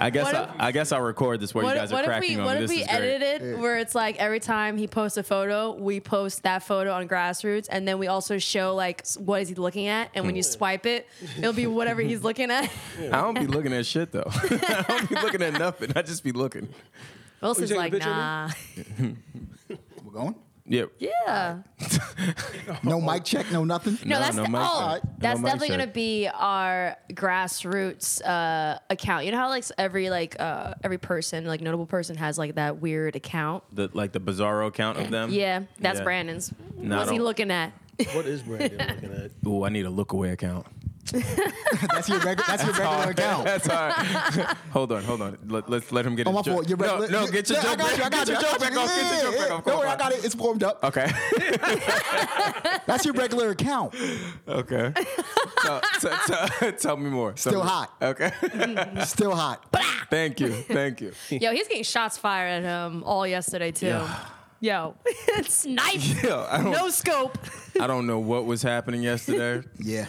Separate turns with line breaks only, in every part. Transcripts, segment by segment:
I guess
What
I,
if-
I guess I'll record this where you
What,
guys
if-
are
what if
cracking
we
on
what
me.
if
This
we
is great.
edit it where it's like every time he posts a photo, we post that photo on grassroots, and then we also show like s- what is he looking at, and when
Hmm.
you swipe it, it'll be whatever he's looking at.
I don't be looking at shit though. I don't be looking at nothing. I just be looking.
Wilson's
You taking a
like,
picture of me?
nah,
We're going?
Yeah.
yeah.
No mic check, no nothing.
No,
No,
that's
no
the-
mic
oh,
check.
that's
No mic
definitely
check.
gonna be our grassroots uh, account. You know how like s- every like uh, every person, like notable person, has like that weird account.
The like the bizarro account of them.
Yeah, that's
Yeah.
Brandon's.
No, I
What's he
don't-
looking at?
What is Brandon looking at?
Ooh, I need a look away account.
That's your regular. That's your regular account.
That's all right. hold on, hold on. Let, let's let him get
Oh
his
my
joke.
fault. Your
no,
regular.
no, get your
yeah, I
joke
got
back.
you. I got
get your
you. I
joke
got
back
you.
off. Get your
Yeah,
joke
yeah.
back off.
Don't
Come
worry, I
on.
got it. It's warmed up.
Okay.
That's your regular account.
okay. Tell- tell- tell- tell me more. Tell
Still
me-
hot.
Okay.
Still hot.
Thank you. Thank you.
Yo, he's getting shots fired at him all yesterday too. Yo, it's nice.
Yo, I don't
No scope.
I don't know what was happening yesterday.
Yeah.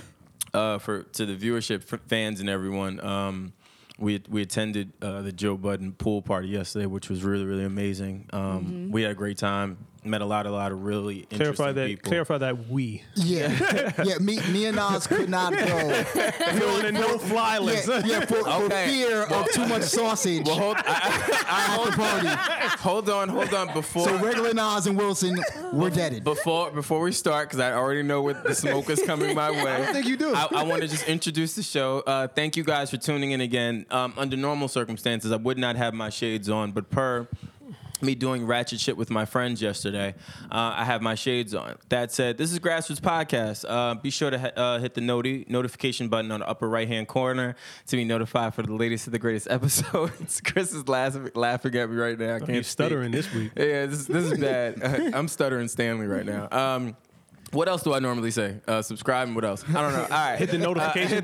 uh, for to the viewership, for fans, and everyone. Um, we we attended uh, the Joe Budden pool party yesterday, which was really really amazing. Um, We had a great time. Met a lot a lot of really interesting
clarify that.
people.
Clarify that we.
Yeah. yeah. Me, me and Nas could not go.
on a no fly list.
Yeah, yeah for, for
Okay.
fear of too much sausage
Well, hold, I, I- I-
at the party.
hold on, hold on. Before
So regular Nas and Wilson were deaded.
before before we start, because I already know what the smoke is coming my way. I don't
think you do.
I, want to just introduce the show. Uh, thank you guys for tuning in again. Um, under normal circumstances, I would not have my shades on, but per me doing ratchet shit with my friends yesterday, uh, I have my shades on. That said, this is Grassroots Podcast. Uh, be sure to ha- uh, hit the noti- notification button on the upper right hand corner to be notified for the latest and the greatest episodes. Chris is laughing, laughing at me right now. I can't
He's stuttering
speak.
this week.
Yeah, this, this is bad. I'm stuttering Stanley right now. Um, what else do I normally say? Uh, subscribe and what else? I don't know. All right. Uh,
Hit the notification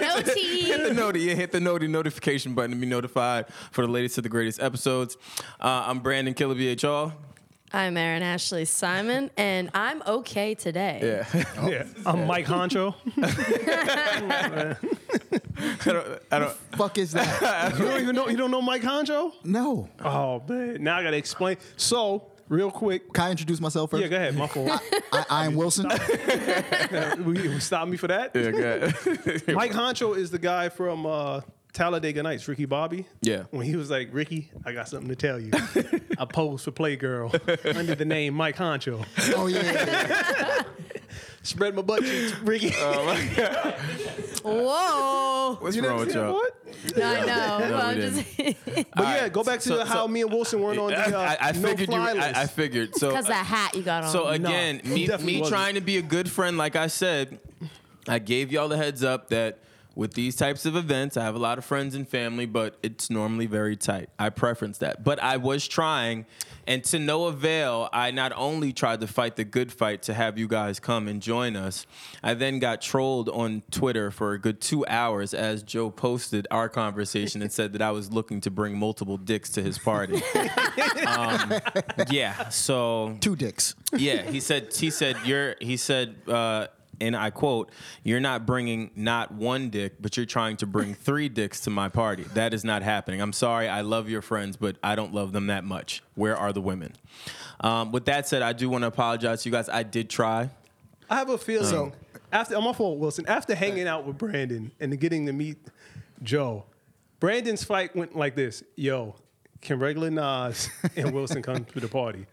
No tea.
Hit the noti, yeah, hit the noti notification button to be notified for the latest to the greatest episodes. Uh, I'm Brandon Killer BHR.
I'm Aaron Ashley Simon, and I'm okay today.
Yeah.
Yeah. I'm Mike Honcho.
I don't, I don't,
Fuck is that?
You don't even know. You don't know Mike Honcho?
No. Can
Oh man. Now I gotta explain. So real quick.
I introduce myself first?
Yeah, go ahead. My fault.
I, I am Wilson.
Will you stop me for that?
yeah, go ahead.
Mike Honcho is the guy from uh, Talladega Nights, Ricky Bobby.
Yeah.
When he was like, Ricky, I got something to tell you. I posed for Playgirl under the name Mike Honcho.
Oh yeah. yeah.
Spread my butt cheeks, Ricky.
Whoa.
Uh, What's wrong with y'all?
What?
No, I know.
No,
Well,
we
I'm just
But yeah, go back to
So-
the how
so-
me and Wilson weren't on the uh,
I, I figured you.
no-fly list.
I, I figured. So
because that hat you got on.
So again,
he
me,
definitely
me
wasn't.
trying to be a good friend, like I said, I gave y'all the heads up that with these types of events, I have a lot of friends and family, but it's normally very tight. I preference that. But I was trying, and to no avail, I not only tried to fight the good fight to have you guys come and join us, I then got trolled on Twitter for a good two hours as Joe posted our conversation and said that I was looking to bring multiple dicks to his party. um, yeah, so
Two dicks.
yeah, he said. He said you're. He said, uh, and I quote, "You're not bringing not one dick, but you're trying to bring three dicks to my party. That is not happening. I'm sorry. I love your friends, but I don't love them that much. Where are the women?" Um, with that said, I do want to apologize to you guys. I did try.
I have a feeling
So-
after I'm off on Wilson. After hanging out with Brandon and getting to meet Joe, Brandon's fight went like this: Yo, can regular Nas and Wilson come to the party?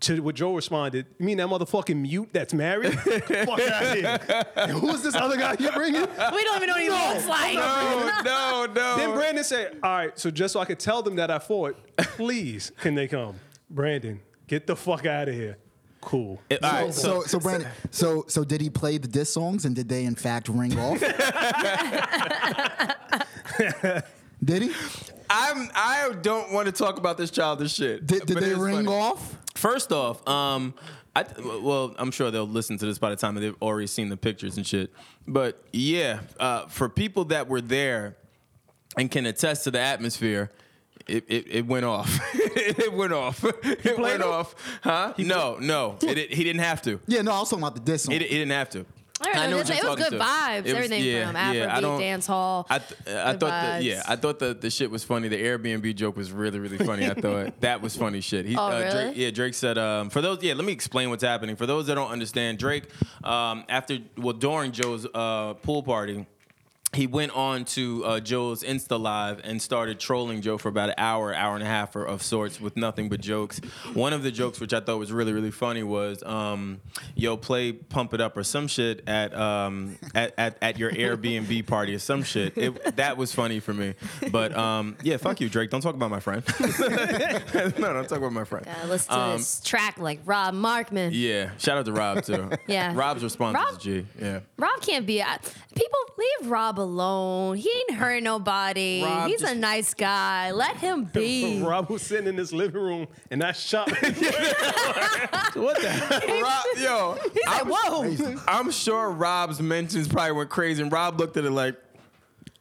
To what Joe responded, you mean that motherfucking mute that's married? Fuck out here. And Who's this other guy you're bringing?
we don't even know what he looks like.
Oh, no, no.
Then Brandon said, All right, so just so I could tell them that I fought, please can they come? Brandon, get the fuck out of here. cool.
It- all right,
so, so, Brandon, so, so did he play the diss songs and did they in fact ring off? did he?
I'm I don't want to talk about this childish shit.
Did, did
but it
they
is
ring
funny.
off?
First off, um, I th- well, I'm sure they'll listen to this by the time they've already seen the pictures and shit. But yeah, uh, for people that were there and can attest to the atmosphere. It, it, it went off. it went off. It went
him?
off. Huh? no, no. It, it, he didn't have to.
Yeah, no, I was talking about the diss
He,
songs.
di- he didn't have to.
I don't know, it was-
what
it
you're
was
talking
good
to.
vibes, everything from Afrobeat,
don't-
dance hall,
I, th- uh, I thought,
good
the,
vibes.
yeah, I thought the, the shit was funny. The Airbnb joke was really, really funny. I thought that was funny shit. He,
Oh,
uh,
really?
Drake, yeah, Drake said, um, for those, yeah, let me explain what's happening. For those that don't understand, Drake, um, after, well, during Joe's uh, pool party, he went on to uh, Joe's Insta Live and started trolling Joe for about an hour, hour and a half or, of sorts with nothing but jokes. One of the jokes, which I thought was really, really funny, was um, yo, play Pump It Up or some shit at, um, at, at, at your Airbnb party or some shit. It, that was funny for me. But um, yeah, fuck you, Drake. Don't talk about my friend. no, don't talk about my friend.
Uh, listen to
um,
this track like Rob Markman.
Yeah, shout out to Rob too.
Yeah.
Rob's response
Rob-
is G. Yeah.
Rob can't be. I, people leave Rob alone. He ain't hurting nobody.
Rob
He's a
just-
nice guy. Let him be.
Rob was sitting in his living room and I shot. what the hell?
Rob, yo, I'm, I'm sure Rob's mentions probably went crazy, and Rob looked at it like,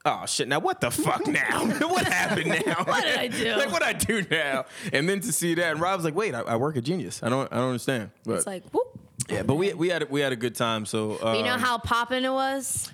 "Oh shit! Now what the fuck now? what happened now? what
did I do?
like what I do now?" And then to see that, and Rob's like, "Wait, I, I work at Genius. I don't, I don't understand." But
It's like, whoop.
yeah, but we we had a- we had a good time. So um,
You know how poppin' it was?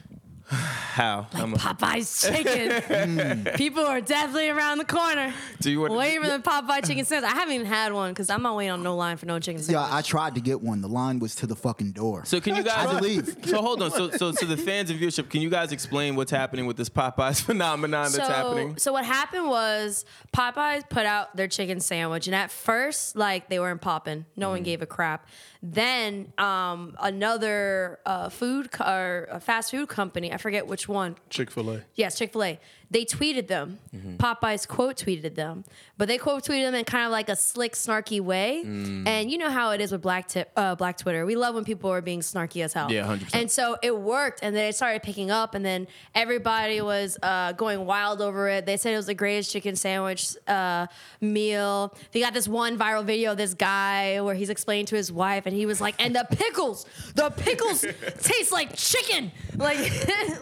how I'm a-
Popeye's chicken. People are definitely around the corner.
Hmm. do you want
Waiting for the Popeye chicken sandwich. I haven't even had one because I'm not waiting on no line for no chicken
Yeah,
sandwich.
I tried to get one. The line was to the fucking door.
So can you guys
I believe.
So hold on. So so so the fans and viewership, can you guys explain what's happening with this Popeyes phenomenon that's happening?
So what happened was Popeyes put out their chicken sandwich, and at first, like they weren't popping, no
Mm-hmm.
one gave a crap. Then um, another uh, food co- or a fast food company, I forget which one,
Chick fil A.
Yes, Chick Fil A. They tweeted them.
Mm-hmm.
Popeyes quote tweeted them, but they quote tweeted them in kind of like a slick, snarky way.
Mm.
And you know how it is with black tip, uh, black Twitter. We love when people are being snarky as hell.
Yeah, 100%.
And so it worked, and then it started picking up, and then everybody was uh, going wild over it. They said it was the greatest chicken sandwich uh, meal. They got this one viral video of this guy where he's explaining to his wife, and he was like, "And the pickles, the pickles taste like chicken." Like,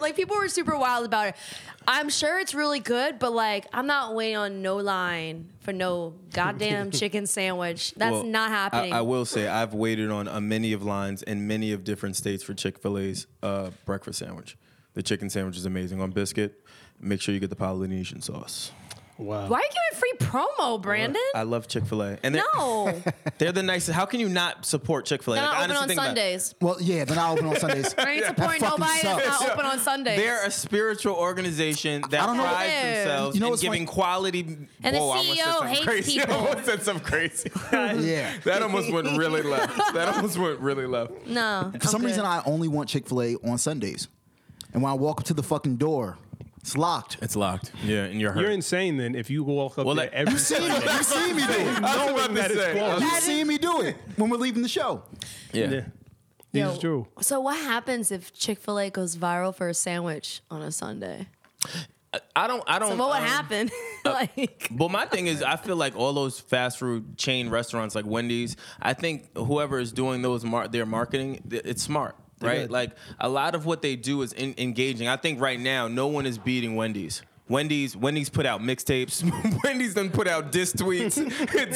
like people were super wild about it. I'm sure it's really good, but like, I'm not waiting on no line for no goddamn chicken sandwich. That's
Well,
not
I-
happening.
I, will say I've waited on a many of lines in many of different states for Chick Fil A's uh, breakfast sandwich. The chicken sandwich is amazing on biscuit. Make sure you get the Polynesian sauce.
Wow.
Why are you giving free promo, Brandon?
I love Chick Fil A, and they're,
no.
they're the nicest. How can you not support Chick Fil A?
They're not open on Sundays.
well, yeah, then I open on Sundays.
I ain't supporting
fucking
nobody that's
sucks.
not open on Sundays.
They're a spiritual organization that
don't know-
prides
Yeah.
themselves
You know
in
what's
giving
funny?
quality.
And the
Whoa, I almost said
CEO
something
hates
crazy.
people.
I almost said something crazy.
Yeah.
that almost went really left. That almost went really left.
no.
For some
I'm
reason,
good.
I only want Chick Fil A on Sundays, and when I walk up to the fucking door, it's locked.
It's locked. Yeah, and you're hurt.
You're insane then if you walk up
Well,
there
like-
every
You see me, you see me do it.
I was about
that
to
it's
say.
closed.
You see me do it when we're leaving the show.
Yeah.
Yeah.
Yo,
This is true.
So what happens if Chick Fil A goes viral for a sandwich on a Sunday?
I don't. I
Oh,
don't.
So what would
um,
happen?
uh,
like
But my thing is, I feel like all those fast food chain restaurants like Wendy's. I think whoever is doing those mar- their marketing, th- it's smart. Right,
good.
like a lot of what they do is in- engaging. I think right now no one is beating Wendy's. Wendy's, Wendy's put out mixtapes. Wendy's then put out diss tweets,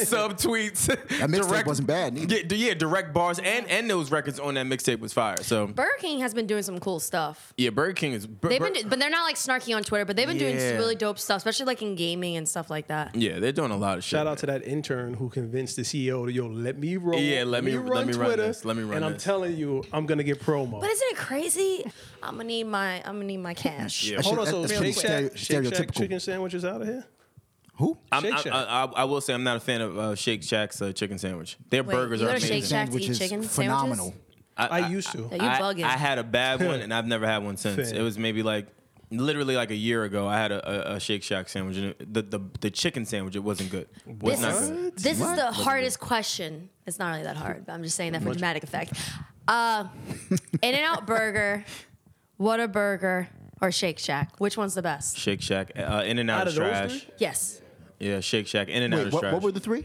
sub tweets. That
mixtape wasn't bad neither.
Yeah, d- yeah, direct bars and and those records on that mixtape was fire. So
Burger King has been doing some cool stuff.
yeah, Burger King is. Bur-
They've been,
Bur-
do- but they're not like snarky on Twitter. But they've been doing
Yeah.
some really dope stuff, especially like in gaming and stuff like that.
yeah, they're doing a lot of shit.
Shout out to that intern who convinced the CEO to yo, let me roll.
Yeah, let me- let me run this, let me run
And I'm
this.
telling you, I'm gonna get promo.
But isn't it crazy? I'm gonna need my I'm gonna need my cash.
Yeah.
Hold on, so
That's
Shake
pretty
Shack,
stereo-
Shake Shack
stereotypical.
chicken sandwiches out of here.
Who?
I'm,
Shake
I-
Shack.
I, I, I will say I'm not a fan of uh, Shake Shack's uh, chicken sandwich. Their
Wait,
burgers
you
are
go to Shake
amazing.
Shack to eat
Sandwich
chicken
is
sandwiches?
phenomenal.
I, used to.
Yeah, you
I,
bugging.
I had a bad one and I've never had one since.
Fair.
It was maybe like literally like a year ago, I had a, a, a Shake Shack sandwich, and it, the, the the chicken sandwich it wasn't good. Was
This
not
is,
good.
this is the hardest question. It's not really that hard, but I'm just saying that for dramatic effect. Uh, In and Out Burger, What a Burger, or Shake Shack. Which one's the best?
Shake Shack, uh, In and Out
Out
is
of those
trash.
three?
Yes.
Yeah, Shake Shack, In and Out
Wait,
is
what,
trash.
what were the three?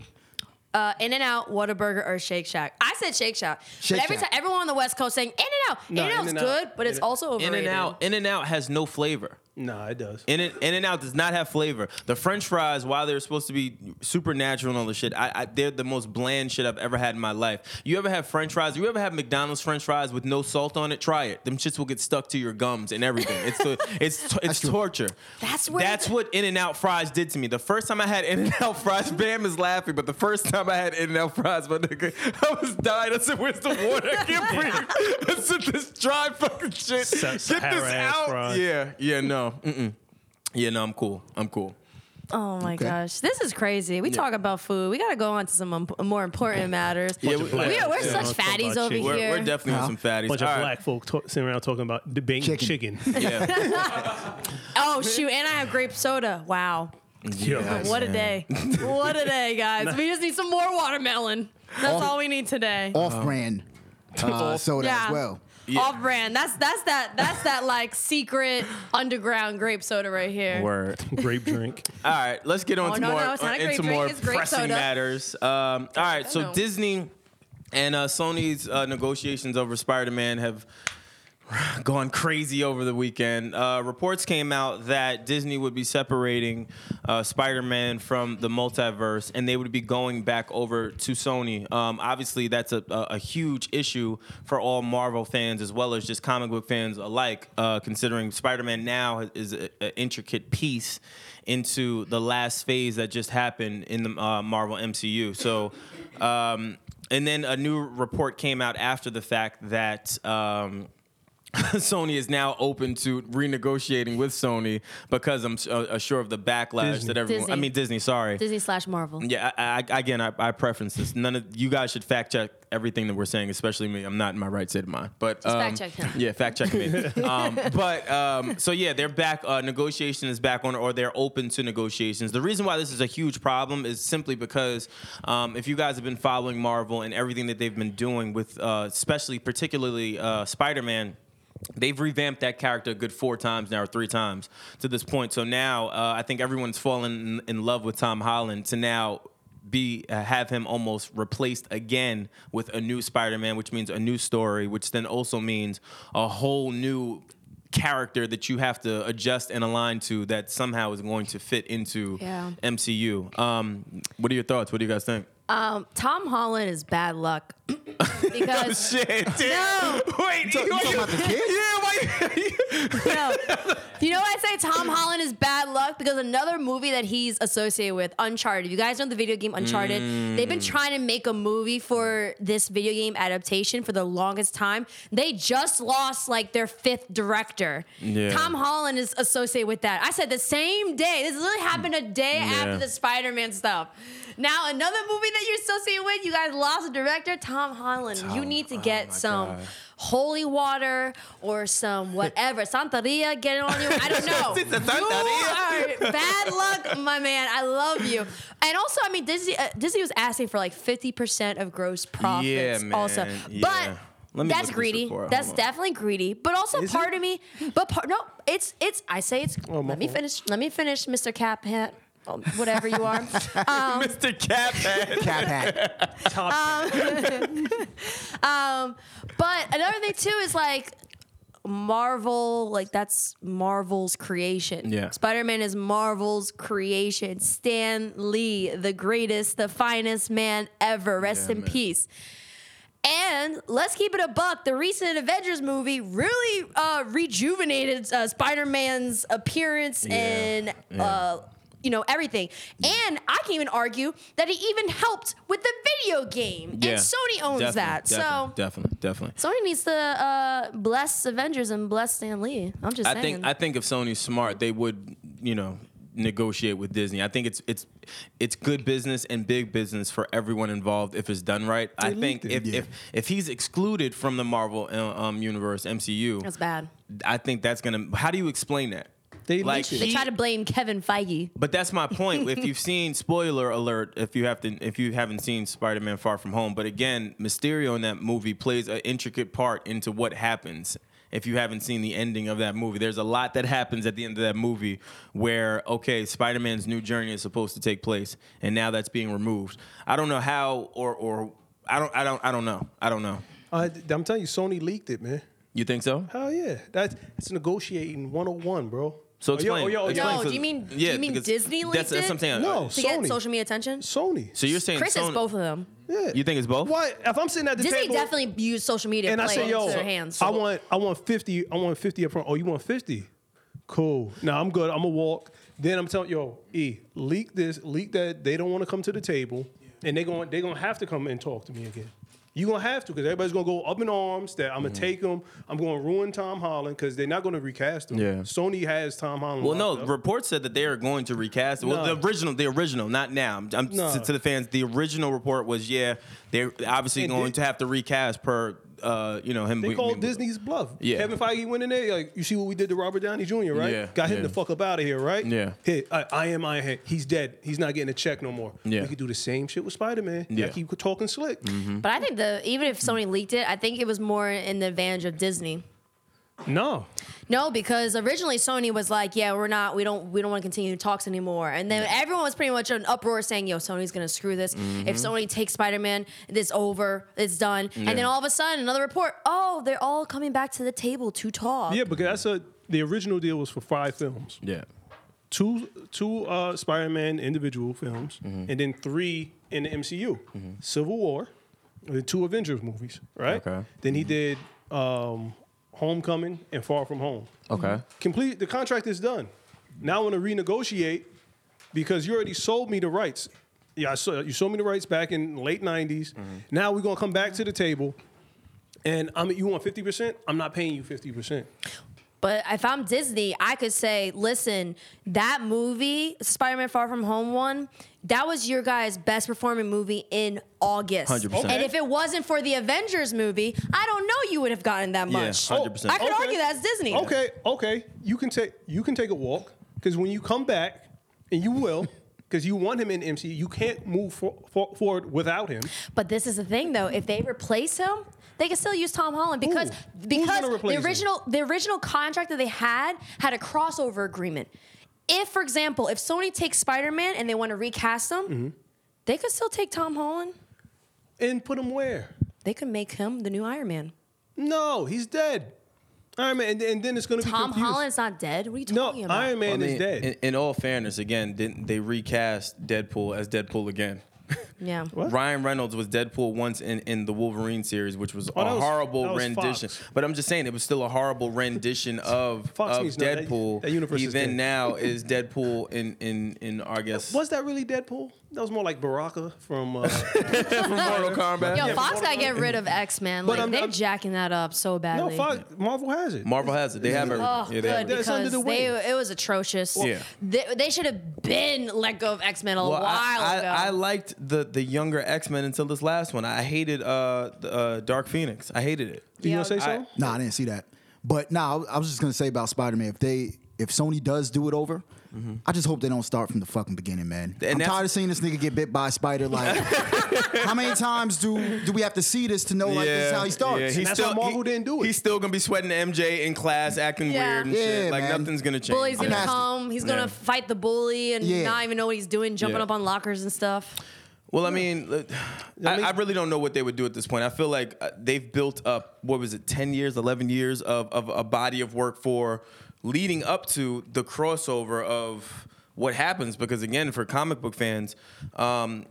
Uh, in and Out, Whataburger, or Shake Shack. I said Shake Shack.
Shake
but every
Shack.
time everyone on the West Coast saying In and Out.
No,
in and Out's
In-N-Out.
good, but it's
In-N-
also
in
overrated.
and Out, In and Out has no flavor.
Nah, it does.
In and, in and out does not have flavor. The French fries, while they're supposed to be supernatural and all this shit, I, I, they're the most bland shit I've ever had in my life. You ever have French fries? You ever have McDonald's French fries with no salt on it? Try it. Them shits will get stuck to your gums and everything. It's the, it's it's torture.
That's where
that's
the-
what In and Out fries did to me. The first time I had In and Out fries, Bam is laughing, but the first time I had In and Out fries, my nigga, I was dying. I said, "Where's the water? I can't breathe. I said, this dry fucking shit.
Sa-
Get this
Sahara ass
out.
fries.
Yeah, yeah, no. Mm-mm. Yeah, no, I'm cool. I'm cool.
Oh my gosh, this is crazy. We talk about food. We got to go on to some um, more important matters.
Yeah,
of
we-
black
we, are we're
Yeah.
such
Talk about
fatties over
chicken.
We're,
here.
we're definitely on some fatties.
bunch of
All right.
black folk talk, sitting around talking about debating chicken.
Chicken.
Yeah.
oh shoot, and I have grape soda. Wow,
Yo.
what a day! what a day, guys. We just need some more watermelon. That's all we need today.
Off-brand uh, soda
Yeah.
as well.
Off brand. That's that's that that's that like secret underground grape soda right here.
Word.
Grape drink.
All right, let's get on
Oh,
to
no,
more uh,
no, it's not a grape
into
drink,
more
it's grape
pressing
soda.
matters. Um, all right, so
know.
Disney and uh, Sony's uh, negotiations over Spider-Man have gone crazy over the weekend. Uh, reports came out that Disney would be separating uh, Spider-Man from the multiverse, and they would be going back over to Sony. Um, obviously, that's a, a, a huge issue for all Marvel fans as well as just comic book fans alike. Uh, considering Spider-Man now is an intricate piece into the last phase that just happened in the uh, Marvel MCU. So. Um, and then a new report came out after the fact that um, Sony is now open to renegotiating with Sony because I'm s- uh, sure of the backlash that everyone. I
Disney.
mean Disney. Sorry.
Disney slash Marvel.
Yeah. I, I, again, I, I preference this. None of you guys should fact check everything that we're saying, especially me. I'm not in my right state of mind. But um,
fact check him.
Yeah, fact check me. um, but um, so yeah, they're back. Uh, negotiation is back on, or they're open to negotiations. The reason why this is a huge problem is simply because um, if you guys have been following Marvel and everything that they've been doing with, uh, especially particularly uh, Spider-Man. They've revamped that character a good four times now, or three times to this point. So now uh, I think everyone's fallen in, in love with Tom Holland to now be uh, have him almost replaced again with a new Spider-Man, which means a new story, which then also means a whole new character that you have to adjust and align to that somehow is going to fit into
Yeah.
MCU. Um, what are your thoughts? What do you guys think?
Um, Tom Holland is bad luck because
Shit,
no,
Wait,
you talking about the kid?
Yeah, why?
no. You know why I say Tom Holland is bad luck? Because another movie that he's associated with, Uncharted. You guys know the video game Uncharted? They've been trying to make a movie for this video game adaptation for the longest time. They just lost like their fifth director.
Yeah.
Tom Holland is associated with that. I said the same day. This literally happened a day after the Spider Man stuff. Now, another movie that you're associated with, you guys lost a director, Tom Holland. you need to get some
God.
holy water or some whatever. Santeria, get it on you. I don't know.
Santeria.
you are bad luck, my man. I love you. And also, I mean, Disney, uh, Disney was asking for like 50% of gross profits
Yeah, man.
also.
Yeah.
But.
Let me look
That's
this
greedy.
report. Hold
That's
on.
definitely greedy. But also
Is
part
it?
of me, but part, no, it's it's. I say it's.
Oh,
my
let me
fault.
finish. Let me finish, Mr. Cap Hat, um, whatever you are.
Mr. Catman.
Cap hat.
Um, but another thing too is like Marvel, like that's Marvel's creation.
Yeah.
Spider Man is Marvel's creation. Stan Lee, the greatest, the finest man ever. Rest
Yeah,
in
man.
peace. And let's keep it a buck. The recent Avengers movie really uh, rejuvenated uh, Spider Man's appearance
Yeah,
and
yeah.
Uh, you know everything, and I can even argue that he even helped with the video game, and Sony owns
Definitely,
that. so
definitely, definitely, definitely.
Sony needs to uh, bless Avengers and bless Stan Lee. I'm just
I
saying.
think I think if Sony's smart, they would, you know, negotiate with Disney. I think it's it's it's good business and big business for everyone involved if it's done right. I think if, if if he's excluded from the Marvel uh, um, universe MCU,
that's bad.
I think that's gonna. How do you explain that?
They
Like,
mentioned
They
he-
try to blame Kevin Feige.
But that's my point. if you've seen spoiler alert, if you have to, if you haven't seen Spider Man Far From Home, but again, Mysterio in that movie plays an intricate part into what happens. If you haven't seen the ending of that movie, there's a lot that happens at the end of that movie where okay, Spider Man's new journey is supposed to take place, and now that's being removed. I don't know how or or I don't I don't I don't know I don't know.
Uh, I'm telling you, Sony leaked it, man.
You think so?
Hell yeah, that's it's negotiating 101, bro.
So
Oh, yo,
explain.
oh, yo, oh, yo.
explain
No,
for-
do you mean- do you mean
because
Disney leaked
That's, that's
it?
what I'm saying.
No,
To get
Sony.
social media attention?
Sony.
So you're saying
Chris is
Sony-
both of them.
yeah.
You think it's both?
Why? If I'm sitting at the
Disney
table
definitely used social media
and
to
I
play
say,
into
yo,
their hands.
I want, I want 50, I want 50 up front. Oh, you want 50? Cool. Now I'm good. I'm gonna walk. Then I'm telling yo, E, leak this, leak that. They don't want to come to the table, and they going they gonna have to come and talk to me again. You gonna have to because everybody's gonna go up in arms that
Mm-hmm.
I'm gonna 'em, take them. I'm gonna ruin Tom Holland because they're not gonna recast him.
Yeah.
Sony has Tom Holland.
Well,
locked
no.
up.
Reports said that they are going to recast. Well,
No.
the original, the original, not now. I'm, I'm-
No.
to, to the fans. The original report was, yeah, they're obviously
And
going
they-
to have to recast per, uh, you know, him.
They
we-
called
we-
Disney's bluff.
Yeah.
Kevin Feige went in there. Like, you see what we did to Robert Downey Jr. Right?
Yeah,
Got him
yeah.
the fuck up out of here. Right?
Yeah.
Hey, I, I am Iron Hand. He's dead. He's not getting a check no more.
Yeah.
We could do the same shit with Spider
Yeah.
Man.
Mm-hmm.
Yeah. Keep talking slick.
But I think the even if Sony leaked it, I think it was more in the advantage of Disney.
No.
No, because originally Sony was like, "Yeah, we're not. We don't. We don't want to continue talks anymore." And then everyone was pretty much in an uproar saying, "Yo, Sony's gonna screw this. If
Mm-hmm.
Sony takes Spider Man, it's over. It's done." And then all of a sudden, another report. Oh, they're all coming back to the table to talk.
Yeah, because that's a the original deal was for five films,
Yeah.
two two uh, Spider Man individual films,
Mm-hmm.
and then three in the MCU, Civil War, the two Avengers movies. Right.
Okay. Mm-hmm.
Then he did um, Homecoming and Far From Home.
Okay.
complete the contract is done. Now I want to renegotiate because you already sold me the rights. Yeah, I saw, you sold me the rights back in the late '90s.
Mm-hmm.
Now we're gonna come back to the table, and I'm you want fifty percent? I'm not paying you fifty percent.
But if I'm Disney, I could say, listen, that movie, Spider Man Far From Home one, that was your guys' best performing movie in August.
100%.
And if it wasn't for the Avengers movie, I don't know you would have gotten that
Yeah,
much.
100%.
I could argue that's Disney.
Okay, okay, you can take you can take a walk because when you come back, and you will. Because you want him in MC, you can't move for, for, forward without him.
But this is the thing, though. If they replace him, they can still use Tom Holland because
Who? Who's
because
gonna replace
the
him?
original the original contract that they had had a crossover agreement. If, for example, if Sony takes Spider Man and they want to recast him,
Mm-hmm.
they could still take Tom Holland.
And put him where?
They could make him the new Iron Man.
No, he's dead. Iron Man, and, and then it's going to be
Tom
confused.
Holland's not dead. What are you
No,
talking about?
Iron Man is dead.
In, in all fairness, again, didn't they recast Deadpool as Deadpool again?
yeah.
Ryan Reynolds was Deadpool once in, in the Wolverine series, which was
Oh,
a
that was-
horrible
that was
rendition.
Fox.
But I'm just saying, it was still a horrible rendition of,
Fox
of
News, no, that-
Deadpool.
that universe
he
is
then
dead.
now is Deadpool in in in I guess
Was that really Deadpool? That was more like Baraka from. Uh,
Mortal Kombat.
Yo,
Yeah,
Fox
but-
gotta get rid of X Men.
But
Like
I'm-
they're
I'm-
jacking that up so
no,
badly.
Fox, Marvel has it.
Marvel has it. They have everything.
Oh,
yeah, they have
good.
everything.
That's under
Because
the
they,
wing.
it was atrocious.
Yeah.
They, they should have been let go of X Men a
Well,
while
I, I,
ago.
I liked the the younger X Men until this last one. I hated uh, the, uh Dark Phoenix. I hated it.
Do you want to say so?
I-
Nah, I didn't see that. But nah, I- I was just gonna say about Spider Man. If they, if Sony does do it over, I just hope they don't start from the fucking beginning, man. I'm
that's-
tired of seeing this nigga get bit by a spider. Like, how many times do do we have to see this to know like this is how he starts?
yeah,
And that's why Marvel didn't do it.
He's still gonna be sweating MJ in class, acting
Yeah.
weird and
Yeah,
shit. Like
man.
nothing's gonna change.
Bully's
I'm
gonna
past it.
come. He's gonna
Yeah.
fight the bully and
Yeah.
not even know what he's doing, jumping
Yeah.
up on lockers and stuff.
Well, I mean, look, I, I really don't know what they would do at this point. I feel like uh, they've built up what was it, ten years, eleven years of of a body of work for leading up to the crossover of what happens. Because again, for comic book fans, um,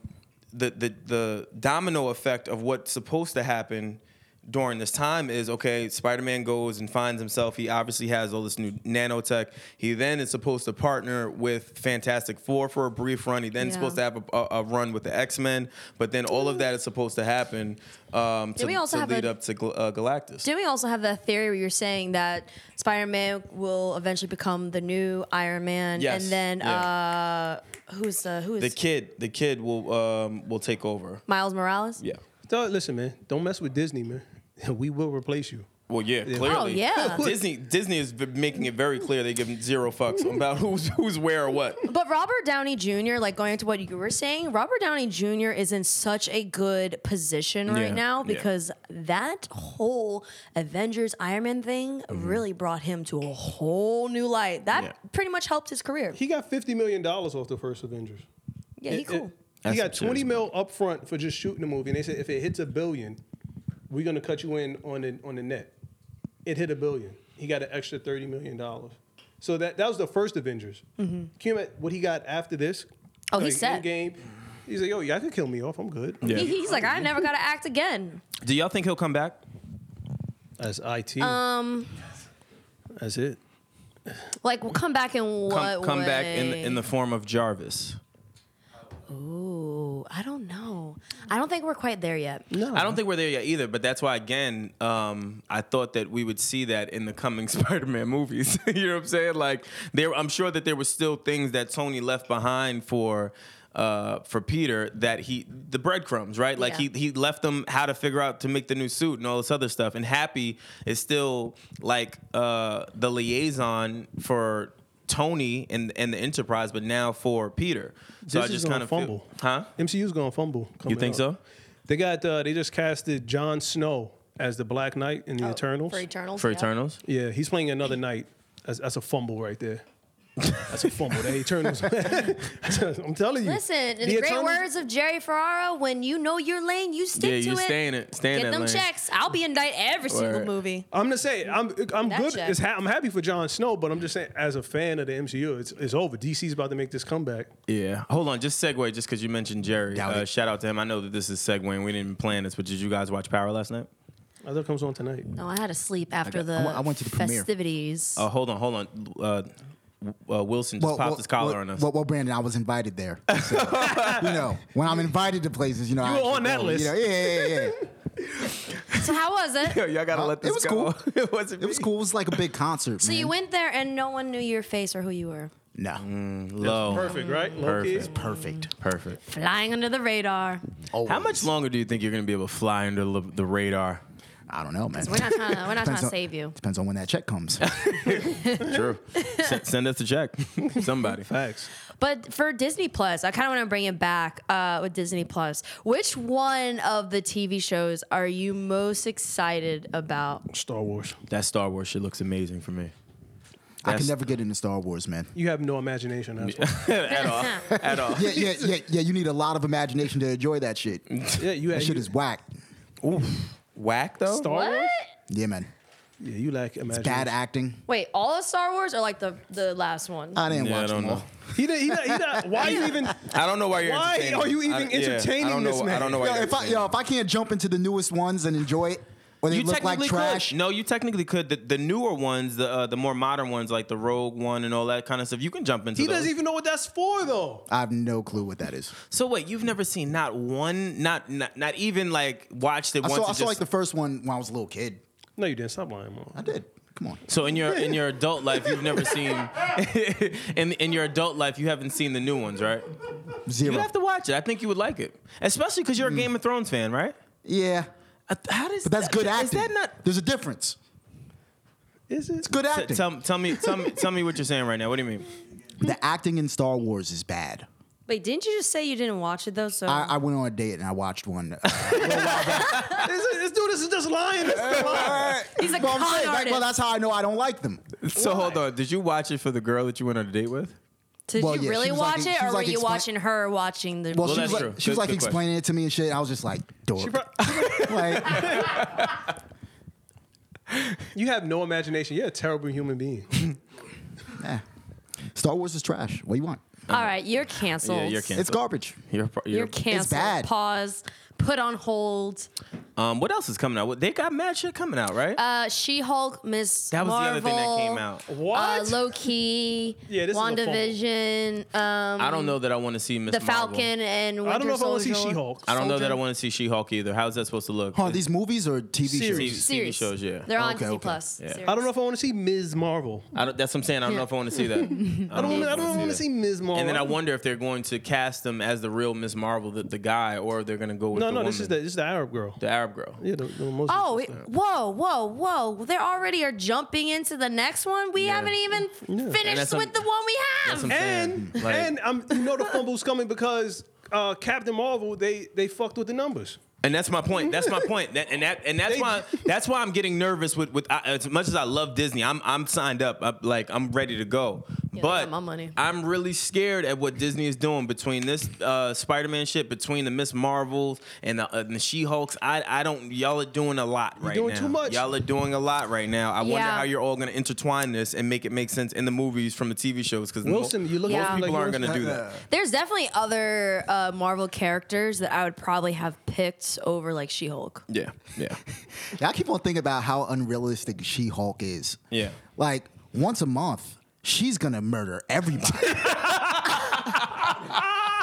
the the the domino effect of what's supposed to happen during this time is okay spider-man goes and finds himself he obviously has all this new nanotech he then is supposed to partner with fantastic four for a brief run he then
Yeah.
supposed to have a, a, a run with the x-men but then all of that is supposed to happen um, to,
we also
to
have
lead
a-
up to Gal- uh, galactus
Didn't we also have that theory where you're saying that Spider Man will eventually become the new Iron Man,
Yes.
and then
Yeah.
uh, who's the who is
the kid the kid will um, will take over
Miles Morales?
yeah
No, listen, man. Don't mess with Disney, man. We will replace you.
Well, yeah, clearly.
Oh, yeah.
Disney Disney is v- making it very clear they give zero fucks about who's who's where or what.
But Robert Downey Jr., like going into what you were saying, Robert Downey Jr. is in such a good position right
Yeah,
now
yeah.
because that whole Avengers Iron Man thing really brought him to a whole new light. That
Mm-hmm. Yeah.
pretty much helped his career.
He got fifty million dollars off the first Avengers.
yeah, he
It-
cool.
it-
That's
he got
some
twenty
serious
mil up front for just shooting the movie, and they said if it hits a billion, we're gonna cut you in on the on the net. It hit a billion. He got an extra thirty million dollars. So that that was the first Avengers. Can you imagine what he got after this?
Mm-hmm. Oh, he's set.
Game. He's like, yo, y'all can kill me off. I'm good.
Yeah.
He- he's like, I never got to act again.
Do y'all think he'll come back?
That's it. Um. That's it.
Like, we'll come back in what
Come, come back in
way?
in the form of Jarvis.
Ooh, I don't know. I don't think we're quite there yet.
I don't think we're there yet either, but that's why again, um, I thought that we would see that in the coming Spider-Man movies. you know what I'm saying? Like there, I'm sure that there were still things that Tony left behind for. Uh, for Peter, that he the breadcrumbs, right? Like
Yeah.
he he left them how to figure out to make the new suit and all this other stuff. And Happy is still like uh, the liaison for Tony and and the Enterprise, but now for Peter. So
This
I
is
just
gonna
kind of
fumble.
feel, huh?
MCU's gonna fumble. coming
think so?
up. They got uh, they just casted Jon Snow as the Black Knight in the Eternals.
Oh, For Eternals.
For
yeah.
Eternals,
Yeah, he's playing another night. That's, that's a fumble right there. That's a fumble. That Eternals. I'm telling you.
Listen, in the,
The
great
Eternals-
words of Jerry Ferrara, when you know your lane, you stick
Yeah,
to
you
it.
stay in it- stay in
Get
that
them
lane.
checks. I'll be indicted every single
Word.
movie.
I'm gonna say I'm I'm
That
good.
check.
It's ha- I'm happy for Jon Snow, but I'm just saying as a fan of the MCU, it's it's over. DC's about to make this comeback.
Yeah. Hold on, just segue, just because you mentioned Jerry.
Doubt
Uh,
it.
shout out to him. I know that this is segueing. We didn't plan this, but did you guys watch Power last night?
I thought it comes on tonight.
No, I had to sleep after
got-
the
I went- I went to the premiere.
festivities.
Oh, hold on, hold on. Uh, uh, Wilson just popped his collar
well,
on us.
Well, well, Brandon, I was invited there. So, you know, when I'm invited to places, you know, you
were on that list.
You know, yeah, yeah, yeah, yeah.
So how was it?
y'all gotta
Uh,
let
it was cool.
it wasn't.
It was cool. It was like a big concert.
so you went there and no one knew your face or who you were.
No, Mm,
Low.
Perfect, right? Low key.
Perfect. Perfect. Perfect.
Flying under the radar.
How much longer do you think you're gonna be able to fly under the- the radar?
I don't know, man.
We're not trying to, we're not trying
Depends
to
on-
save you.
Depends on when that check comes.
True. S- send us a check. Somebody.
Facts.
But for Disney Plus, I kind of want to bring it back uh, with Disney Plus. Which one of the TV shows are you most excited about?
Star Wars.
That Star Wars shit looks amazing for me.
I
That's-
can never get into Star Wars, man.
You have no imagination. That's why.
At all. At all.
Yeah, yeah, yeah, yeah. You need a lot of imagination to enjoy that shit. That
yeah, you have.
shit
you-
is whack.
Whack though.
Star Wars.
Yeah, man.
Yeah, you lack imagination.
Bad acting.
Wait, all of Star Wars or like the, the last one?
I didn't
Yeah, I
watch
don't
them all.
know.
He, did, he, did, he did, why you even?
I don't know why you're.
Why
entertaining
are you
me.
even
I- yeah,
entertaining
I don't know,
this
why- I
man?
don't know why.
Yo,
you're
if I yo,
entertaining
if I can't jump into the newest ones and enjoy it, or they
You
look like
technically
trash.
could. No, you technically could. The, the newer ones, the uh, the more modern ones, like the Rogue One and all that kind of stuff, you can jump into.
He
those.
doesn't even know what that's for though.
I have no clue what that is.
So wait, you've never seen not one, not not, not even like watched it
I
once.
saw,
it
I saw
just-
like the first one when I was a little kid.
No, you didn't. Stop lying, Mo.
I did. Come on.
so in your in your adult life, you've never seen. in in your adult life, you haven't seen the new ones, right?
Zero.
You have to watch it. I think you would like it, especially because you're a Game of Thrones fan, right?
yeah.
I th- How does
Mm. But that's
that-
good
is
acting.
that not?
There's a difference.
Is it?
It's good
T-
acting.
Tell, tell me, tell me, tell me what you're saying right now. What do you mean?
the acting in Star Wars is bad.
Wait, didn't you just say you didn't watch it though? So
I, I went on a date and I watched one.
This, this dude is just lying. This is a lie.
he's a
uh, Well,
con
I'm saying, like,
artist.
well, that's how I know I don't like them.
So hold on. Did you watch it for the girl that you went on a date with?
Did
well,
you
yeah,
really
she was
watch
like- she
it, or
was
were
like
you
expli-
watching her watching the?
Well,
Well,
she was
that's
like,
true.
she was
Good-
like
good question.
explaining it to me and shit. I was just like,
She
dork.
pro-
like,
you have no imagination. You're a terrible human being.
eh. Star Wars is trash. What do you want?
All right, you're canceled.
Yeah, you're canceled.
It's garbage.
You're,
You're
you're-
canceled.
bad.
Pause. Put on hold.
um, what else is coming out? What- They got mad shit coming out, right?
Uh, She-Hulk, Miss
that was
Marvel,
the other thing that came out.
Uh,
What?
Loki.
Yeah, this is a fumble.
WandaVision. Um,
I don't know that I want to see Miss
the
Marvel.
Falcon and Winter
I don't know if I want to see
Soldier.
She Hulk.
I don't know that I want to see She-Hulk either. How's that supposed to look?
Huh, these movies or TV
TV,
shows?
TV shows, yeah.
They're on
Okay,
Disney
okay.
Plus.
Yeah.
series.
I don't know if I want to see Ms. Marvel.
I don't, that's what I'm saying. I don't know if I want to see that. I don't,
I don't. I don't want to see Ms. Marvel.
And then I wonder if they're going to cast them as the real Miss Marvel, the, the guy, or they're going to go with
No,
the
no.
woman.
This is the this is the Arab girl.
the Arab Crab Girl.
Yeah, the, the most
Oh, it- whoa, whoa, whoa. They already are jumping into the next one. We haven't even
And
finished
that's
with
un-
the one we have.
That's what I'm saying.
and
Like-
and I'm, you know the fumble's coming because uh, Captain Marvel they they fucked with the numbers.
And that's my point. That's my point. That, and that and that's
They-
why that's why I'm getting nervous with with I, as much as I love Disney. I'm I'm signed up. I'm, like I'm ready to go.
they
but
got my money.
I'm really scared at what Disney is doing between this uh, Spider-Man shit, between the Miss Marvels and the, uh, the She-Hulks. I I don't y'all are doing a lot right
doing
now.
too much.
Y'all are doing a lot right now. I wonder
Yeah.
how you're all going to intertwine this and make it make sense in the movies from the TV shows cuz
Wilson, you look
Yeah.
people
like
aren't going to do that.
There's definitely other uh, Marvel characters that I would probably have picked over like She Hulk.
Yeah. Yeah.
Yeah, I keep on thinking about how unrealistic She Hulk is.
Yeah.
Like once a month, she's gonna murder everybody.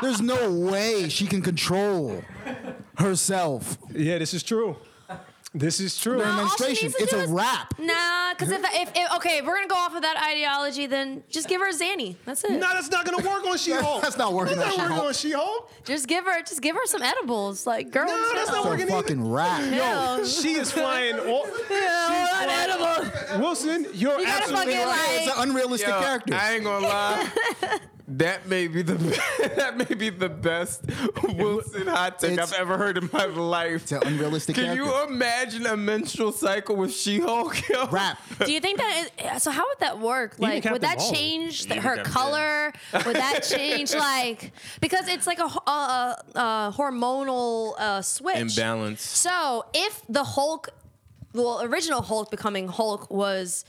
There's no way she can control herself
Yeah, this is true. This is true.
during
all she
menstruation.
needs to
It's
do
a
is-
wrap.
Nah, because if, if, if okay, if we're gonna go off of that ideology, then just give her a Zanny. That's it.
No, that's not gonna work on She-Hulk.
That's not working
That's
on
not working
She-Hulk.
on She-Hulk.
Just give her, just give her some edibles, like girl.
No, that's not
It's
working
a
either.
fucking wrap.
Yo,
She is flying. All,
an edible.
Wilson, you're
You gotta
absolutely
fucking
right.
like-
It's an unrealistic
Yo,
character.
I ain't gonna lie. That may be the that may be the best Wilson hot take
It's-
I've ever heard in my life.
an unrealistic
Can you
character.
imagine a menstrual cycle with She-Hulk? yo?
Wrap.
Do you think that is, so? How would that work? Like,
Captain
would that
Marvel.
change the,
Even
her
Captain-
color? Would that change like because it's like a, ho- a, a, a hormonal uh, switch
Imbalance.
So if the Hulk, well, original Hulk becoming Hulk was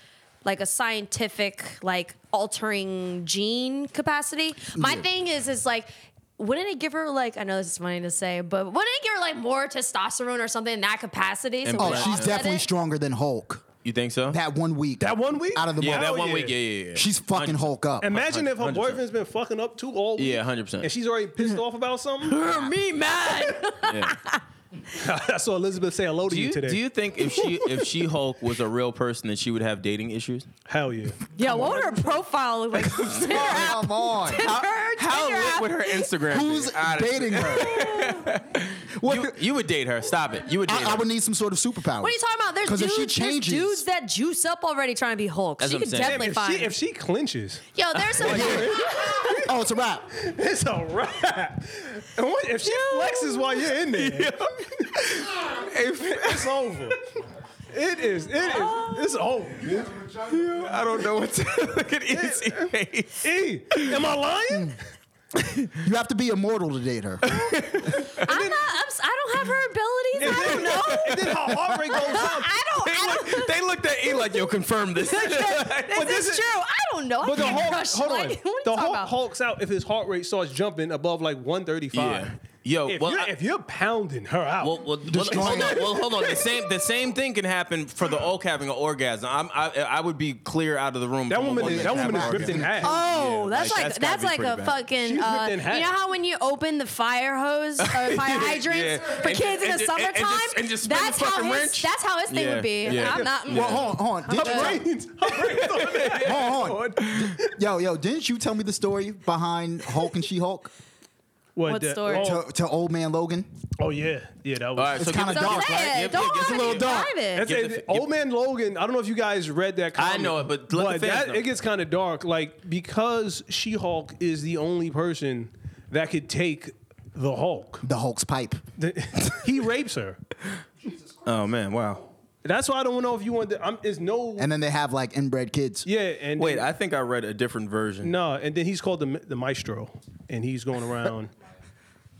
like a scientific like altering gene capacity. My thing is is like. Wouldn't it give her like I know this is funny to say, but wouldn't it give her like more testosterone or something in that capacity?
And
it would
Oh,
Yeah.
she's
offset
definitely
it?
stronger than Hulk.
You think so?
That one week.
That one week?
Out of the
yeah,
month.
that
Hell
one
yeah.
week. Yeah, yeah, yeah.
She's fucking Hulk up.
Imagine if her
100%.
boyfriend's been fucking up too all week.
Yeah, 100%.
And she's already pissed off about something.
For me, man.
I saw Elizabeth say hello to
Do
you,
you,
today.
do you think if she if She Hulk was a real person that she would have dating issues?
Hell yeah.
Yeah, what would her profile look like? Tinder app.
Come on.
Her
How
Tinder
lit
app.
would her Instagram? be?
Who's
Honestly.
dating her? what?
You, you would date her. Stop it. You would date
I,
her.
I would need some sort of superpower.
What are you talking about? There's
'Cause if
dudes,
she
there's
changes-
dudes that juice up already trying to be Hulk.
That's
she
what I'm
could
saying.
Damn,
definitely
if
find.
she, if she clinches,
Yo, there's some.
Oh, it's a wrap.
it's a wrap. And what, if she flexes while you're in there, if- it's over. It is. It is. It's over.
I don't know what to look at easy face.
E, am I lying?
You have to be immortal to date her.
I'm not. I'm, s- I don't have her abilities. I don't know.
And then her heart rate goes up.
I don't. I don't.
They looked at E like, yo, confirm this.
This,
this
is,
is-
true. I don't know.
But
I
the
can't
Hulk,
crush.
hold on.
like, What are you
the
talking
Hulk
about?
hulks out if his heart rate starts jumping above like 135.
Yeah. Yo,
if,
well,
you're,
I-
if you're pounding her out,
Well, well, well, hold on. Well, hold on. The same, the same thing can happen for the Hulk having an orgasm. I'm, I, I would be clear out of the room.
that
from a
woman, is, that
having
woman is
an
ripped in
orgasm.
half.
Yeah,
Oh, that's
like,
like,
that's gotta
that's
be
like
pretty
a
bad.
fucking.
She's
Uh, you
ripped in half.
know how when you open the fire hose or fire hydrants
Yeah.
for
And-
kids in
and
the
just- and- and
summertime?
just- and just spin the
that's how
fucking
his.
wrench?
That's how his thing
Yeah,
would be.
yeah.
I'm not.
Well, hold on, hold on. Didn't
Her
you-
brains, her brains on that.
Hold on. Yo, yo, didn't you tell me the story behind Hulk and She Hulk
What story?
Oh,
to, to old man Logan?
oh, yeah, yeah, that was.
All right, so
It's
give
kinda
the
So
dark,
say
facts, right?
it.
Give-
Don't
yeah, give
hard
the-
to drive it.
That's
Give
it.
the fa-
Old Man Logan. I don't know if you guys read that. Comic,
I know it, but let the fans
that
know.
it gets kind of dark. Like because She Hulk is the only person that could take the Hulk.
The Hulk's pipe.
The- he rapes her.
Oh man, wow.
That's why I don't know if you want. To, I'm, it's no.
And then they have like inbred kids.
yeah, and
Wait,
then-
I think I read a different version.
No, and then he's called the the maestro, and he's going around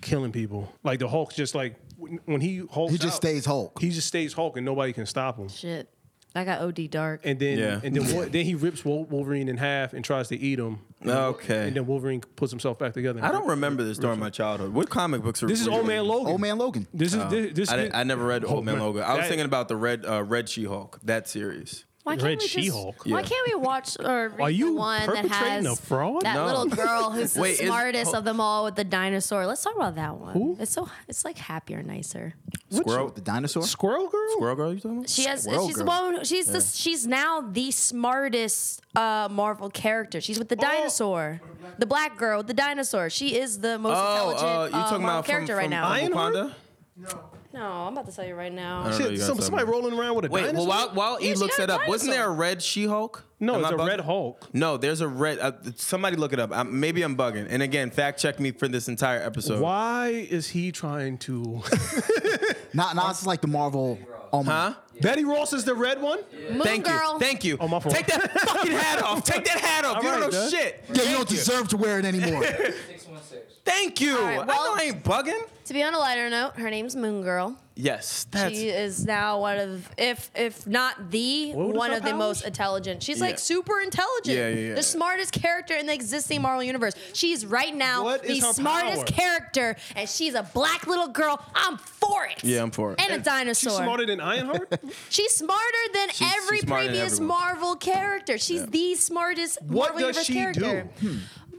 killing people. Like the Hulk, just like when when he Hulk,
He just stays Hulk.
He just stays Hulk, and nobody can stop him.
Shit, I got OD dark.
And then
Yeah.
and then Wol- then he rips Wol- Wolverine in half and tries to eat him.
Okay.
And then Wolverine puts himself back together.
I don't remember this during my childhood. What comic books are?
This is
were you
Old Man
reading?
Logan.
Old man Logan.
This is this. this
Oh. I, didn't- I never read Old Man Logan. I was
That-
thinking about the Red uh, Red She Hulk that series.
Why
Red
can't we just?
She-Hulk.
Why
Yeah.
can't we watch or read
Are you
the one that
perpetrating
has
a fraud?
that
No.
little girl who's the
Wait, is-
smartest of them all with the dinosaur? Let's talk about that one.
Who?
It's so it's like happier, nicer.
Squirrel, the dinosaur.
Squirrel Girl.
Squirrel Girl, you talking about?
She has.
Squirrel
she's
girl.
the one. who- She's the, She's now the smartest uh, Marvel character. She's
Oh.
with the dinosaur, the black girl with the dinosaur. She is the most
Oh,
intelligent
uh, you
uh,
talking
Marvel
about
character
from,
right
from
now.
Iron-
Wakanda?
No, I'm about to tell you right now.
I don't know you
Shit,
got
some, somebody
something.
rolling around with a
Wait,
dinosaur.
well, while, while
Yeah,
E
she
looks
got
it
a
up, wasn't there a
dinosaur.
Red She Hulk?
No,
Am
it's
I
a
bugging?
Red Hulk.
No, there's a red. Uh, somebody look it up. I'm, maybe I'm bugging. And again, fact check me for this entire episode.
Why is he trying to?
Not, not it's like the Marvel.
Huh?
Almanac.
Betty Ross is the red one.
Moon
Thank
Girl.
you. Thank you.
Oh, my fault.
Take that fucking hat off. Take that hat off.
All
you
right,
don't know
Dad.
shit.
Yeah, you don't deserve to wear it anymore.
Thank you.
right,
I know
well-
I ain't bugging.
To be on a lighter note, her name's Moon Girl.
Yes, that's
she is now one of, if if not the
What was
one
her
of the
powers?
most intelligent. She's
Yeah.
like super intelligent.
Yeah, yeah, yeah.
The smartest character in the existing Marvel universe. She's right now
What
the
is her
smartest
power?
character, and she's a black little girl. I'm for it.
Yeah, I'm for it.
And a dinosaur.
She's smarter than Ironheart.
She's smarter than
She's- she's
every
smarter than
previous
everyone.
Marvel character. She's the smartest
What
Marvel
does
Universe
she
character.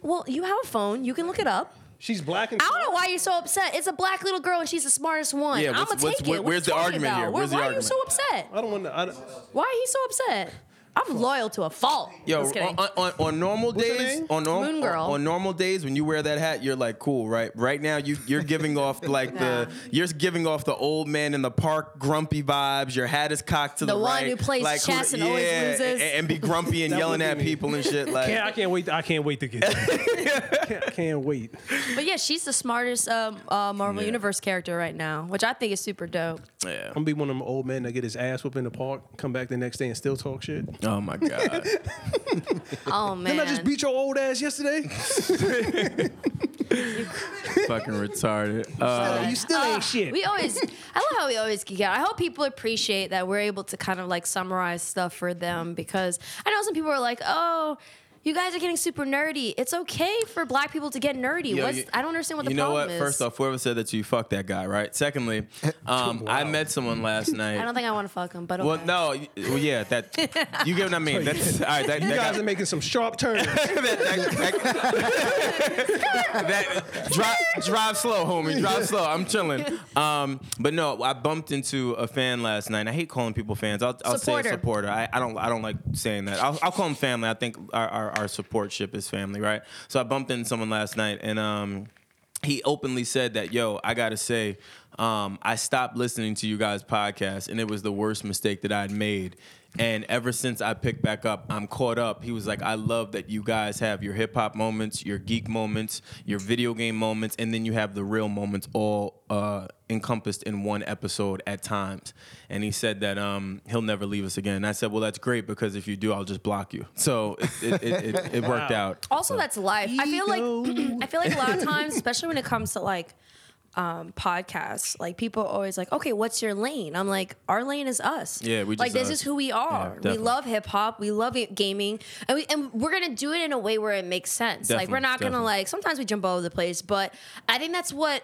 Well, you have a phone. You can look it up.
She's black and.
I don't know why you're so upset. It's a black little girl and she's the smartest one.
Yeah,
I'm
what's-
gonna
what's-
take it.
where-
What are
where's
you
the
talking
argument
about?
here?
Why,
Where's the
why are you so
argument?
upset?
I don't want to. I don't,
Why are you so upset? I'm loyal to a fault.
Yo, uh,
Just kidding.
on, on, on normal
her
days,
name?
on, norm,
Moon
on,
Girl.
on normal days when you wear that hat, you're like cool, right? Right now, you you're giving off like the
Nah.
you're giving off the old man in the park grumpy vibes. Your hat is cocked to the,
The one
right,
who plays
like,
chess and always
yeah, and,
loses.
and be grumpy and
That
yelling
would be
at
me.
people and shit.
can't, I
Like,
can't wait. I can't wait to get. that. can't, can't wait.
but yeah, she's the smartest um, uh, Marvel
uh, Yeah.
Universe character right now, which I think is super dope.
yeah.
I'm gonna be one of them old men that get his ass whooped in the park, come back the next day and still talk shit.
Oh my god.
Oh man,
Didn't I just beat your old ass yesterday?
fucking retarded. Uh,
you still ain't shit.
We always, I love how we always geek out. I hope people appreciate that we're able to kind of like summarize stuff for them because I know some people are like, oh, you guys are getting super nerdy. It's okay for black people to get nerdy.
Yo,
What's,
you-
I don't understand what the
you know
problem
what?
is.
First off, whoever said that to you, fuck that guy, right? Secondly, um, I met someone last night.
I don't think I want to fuck them, but
well,
okay.
no, y- well, yeah, that you get what I mean. That's all right. That,
You
that
guys
got-
are making some sharp turns.
that, that- that- drive, drive slow, homie. Drive slow. I'm chilling. Um, but no, I bumped into a fan last night. and I hate calling people fans. I'll, I'll say a
Supporter.
supporter. I, I don't. I don't like saying that. I'll, I'll call them family. I think our, our our support ship is family, right? So I bumped into someone last night, and um, he openly said that, "Yo, I gotta say." Um, I stopped listening to you guys' podcast, and it was the worst mistake that I'd made. And ever since I picked back up, I'm caught up. He was like, I love that you guys have your hip hop moments, your geek moments, your video game moments, and then you have the real moments all uh, encompassed in one episode at times. And he said that um, he'll never leave us again. And I said, Well, that's great because if you do, I'll just block you. So it, it, it, it, it worked out.
Also, that's life. I feel like I feel like a lot of times, especially when it comes to like um, podcasts, like people are always like, "Okay, what's your lane?" I'm like, "Our lane is us.
Yeah, we just
like this
us.
is who we
Yeah,
are. we
definitely.
love hip hop. We love it- gaming, and we and we're gonna do it in a way where it makes sense. like
Definitely,
we're not gonna
definitely.
like. Sometimes we jump all over the place, but I think that's what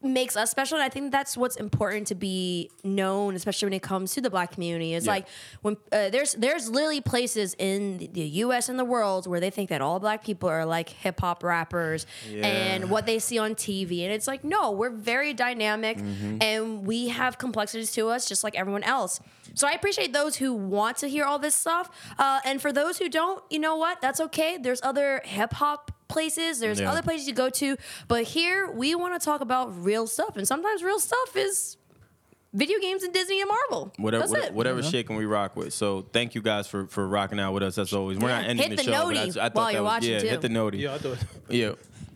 makes us special and i think that's what's important to be known especially when it comes to the black community is
Yeah.
like when uh, there's there's literally places in the us and the world where they think that all black people are like hip-hop rappers and what they see on tv and it's like no we're very dynamic
Mm-hmm.
and we have complexities to us just like everyone else so i appreciate those who want to hear all this stuff uh, and for those who don't you know what that's okay there's other hip-hop places there's
Yeah.
other places you go to but here we want to talk about real stuff and sometimes real stuff is video games and disney and marvel
Whatever,
That's
whatever,
it.
whatever shaking we rock with. So thank you guys for for rocking out with us. As always, we're not
Yeah.
ending
Hit
the,
the
show. but I-
notey
I, thought
while
that
you're
was,
watching,
yeah, hit the
too.
noti.
yeah, I thought.
Yeah.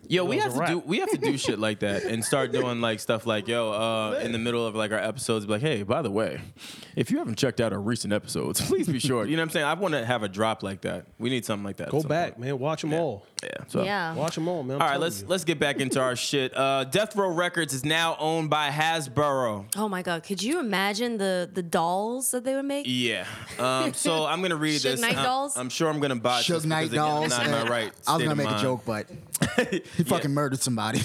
Yo, we
was
have
a
to
wrap.
do we have to do shit like that and start doing like stuff like yo uh, in the middle of like our episodes, be like hey, by the way, if you haven't checked out our recent episodes, please be sure. You know what I'm saying? I want to have a drop like that. We need something like that. at
Go
some
back,
point.
man. Watch them all.
Yeah. So.
yeah
Watch them all, man.
All right, let's let's get back into our shit. Uh, Death Row Records is now owned by Hasbro.
oh my god could you imagine the the dolls that they would make
Yeah. Um, so I'm gonna read
Suge
this.
Knight
I'm,
dolls?
I'm sure I'm gonna buy this
Suge
because,
Knight
again, I'm
dolls.
not in my right.
I was
state
gonna
of
make a
mind.
joke, but he fucking murdered somebody.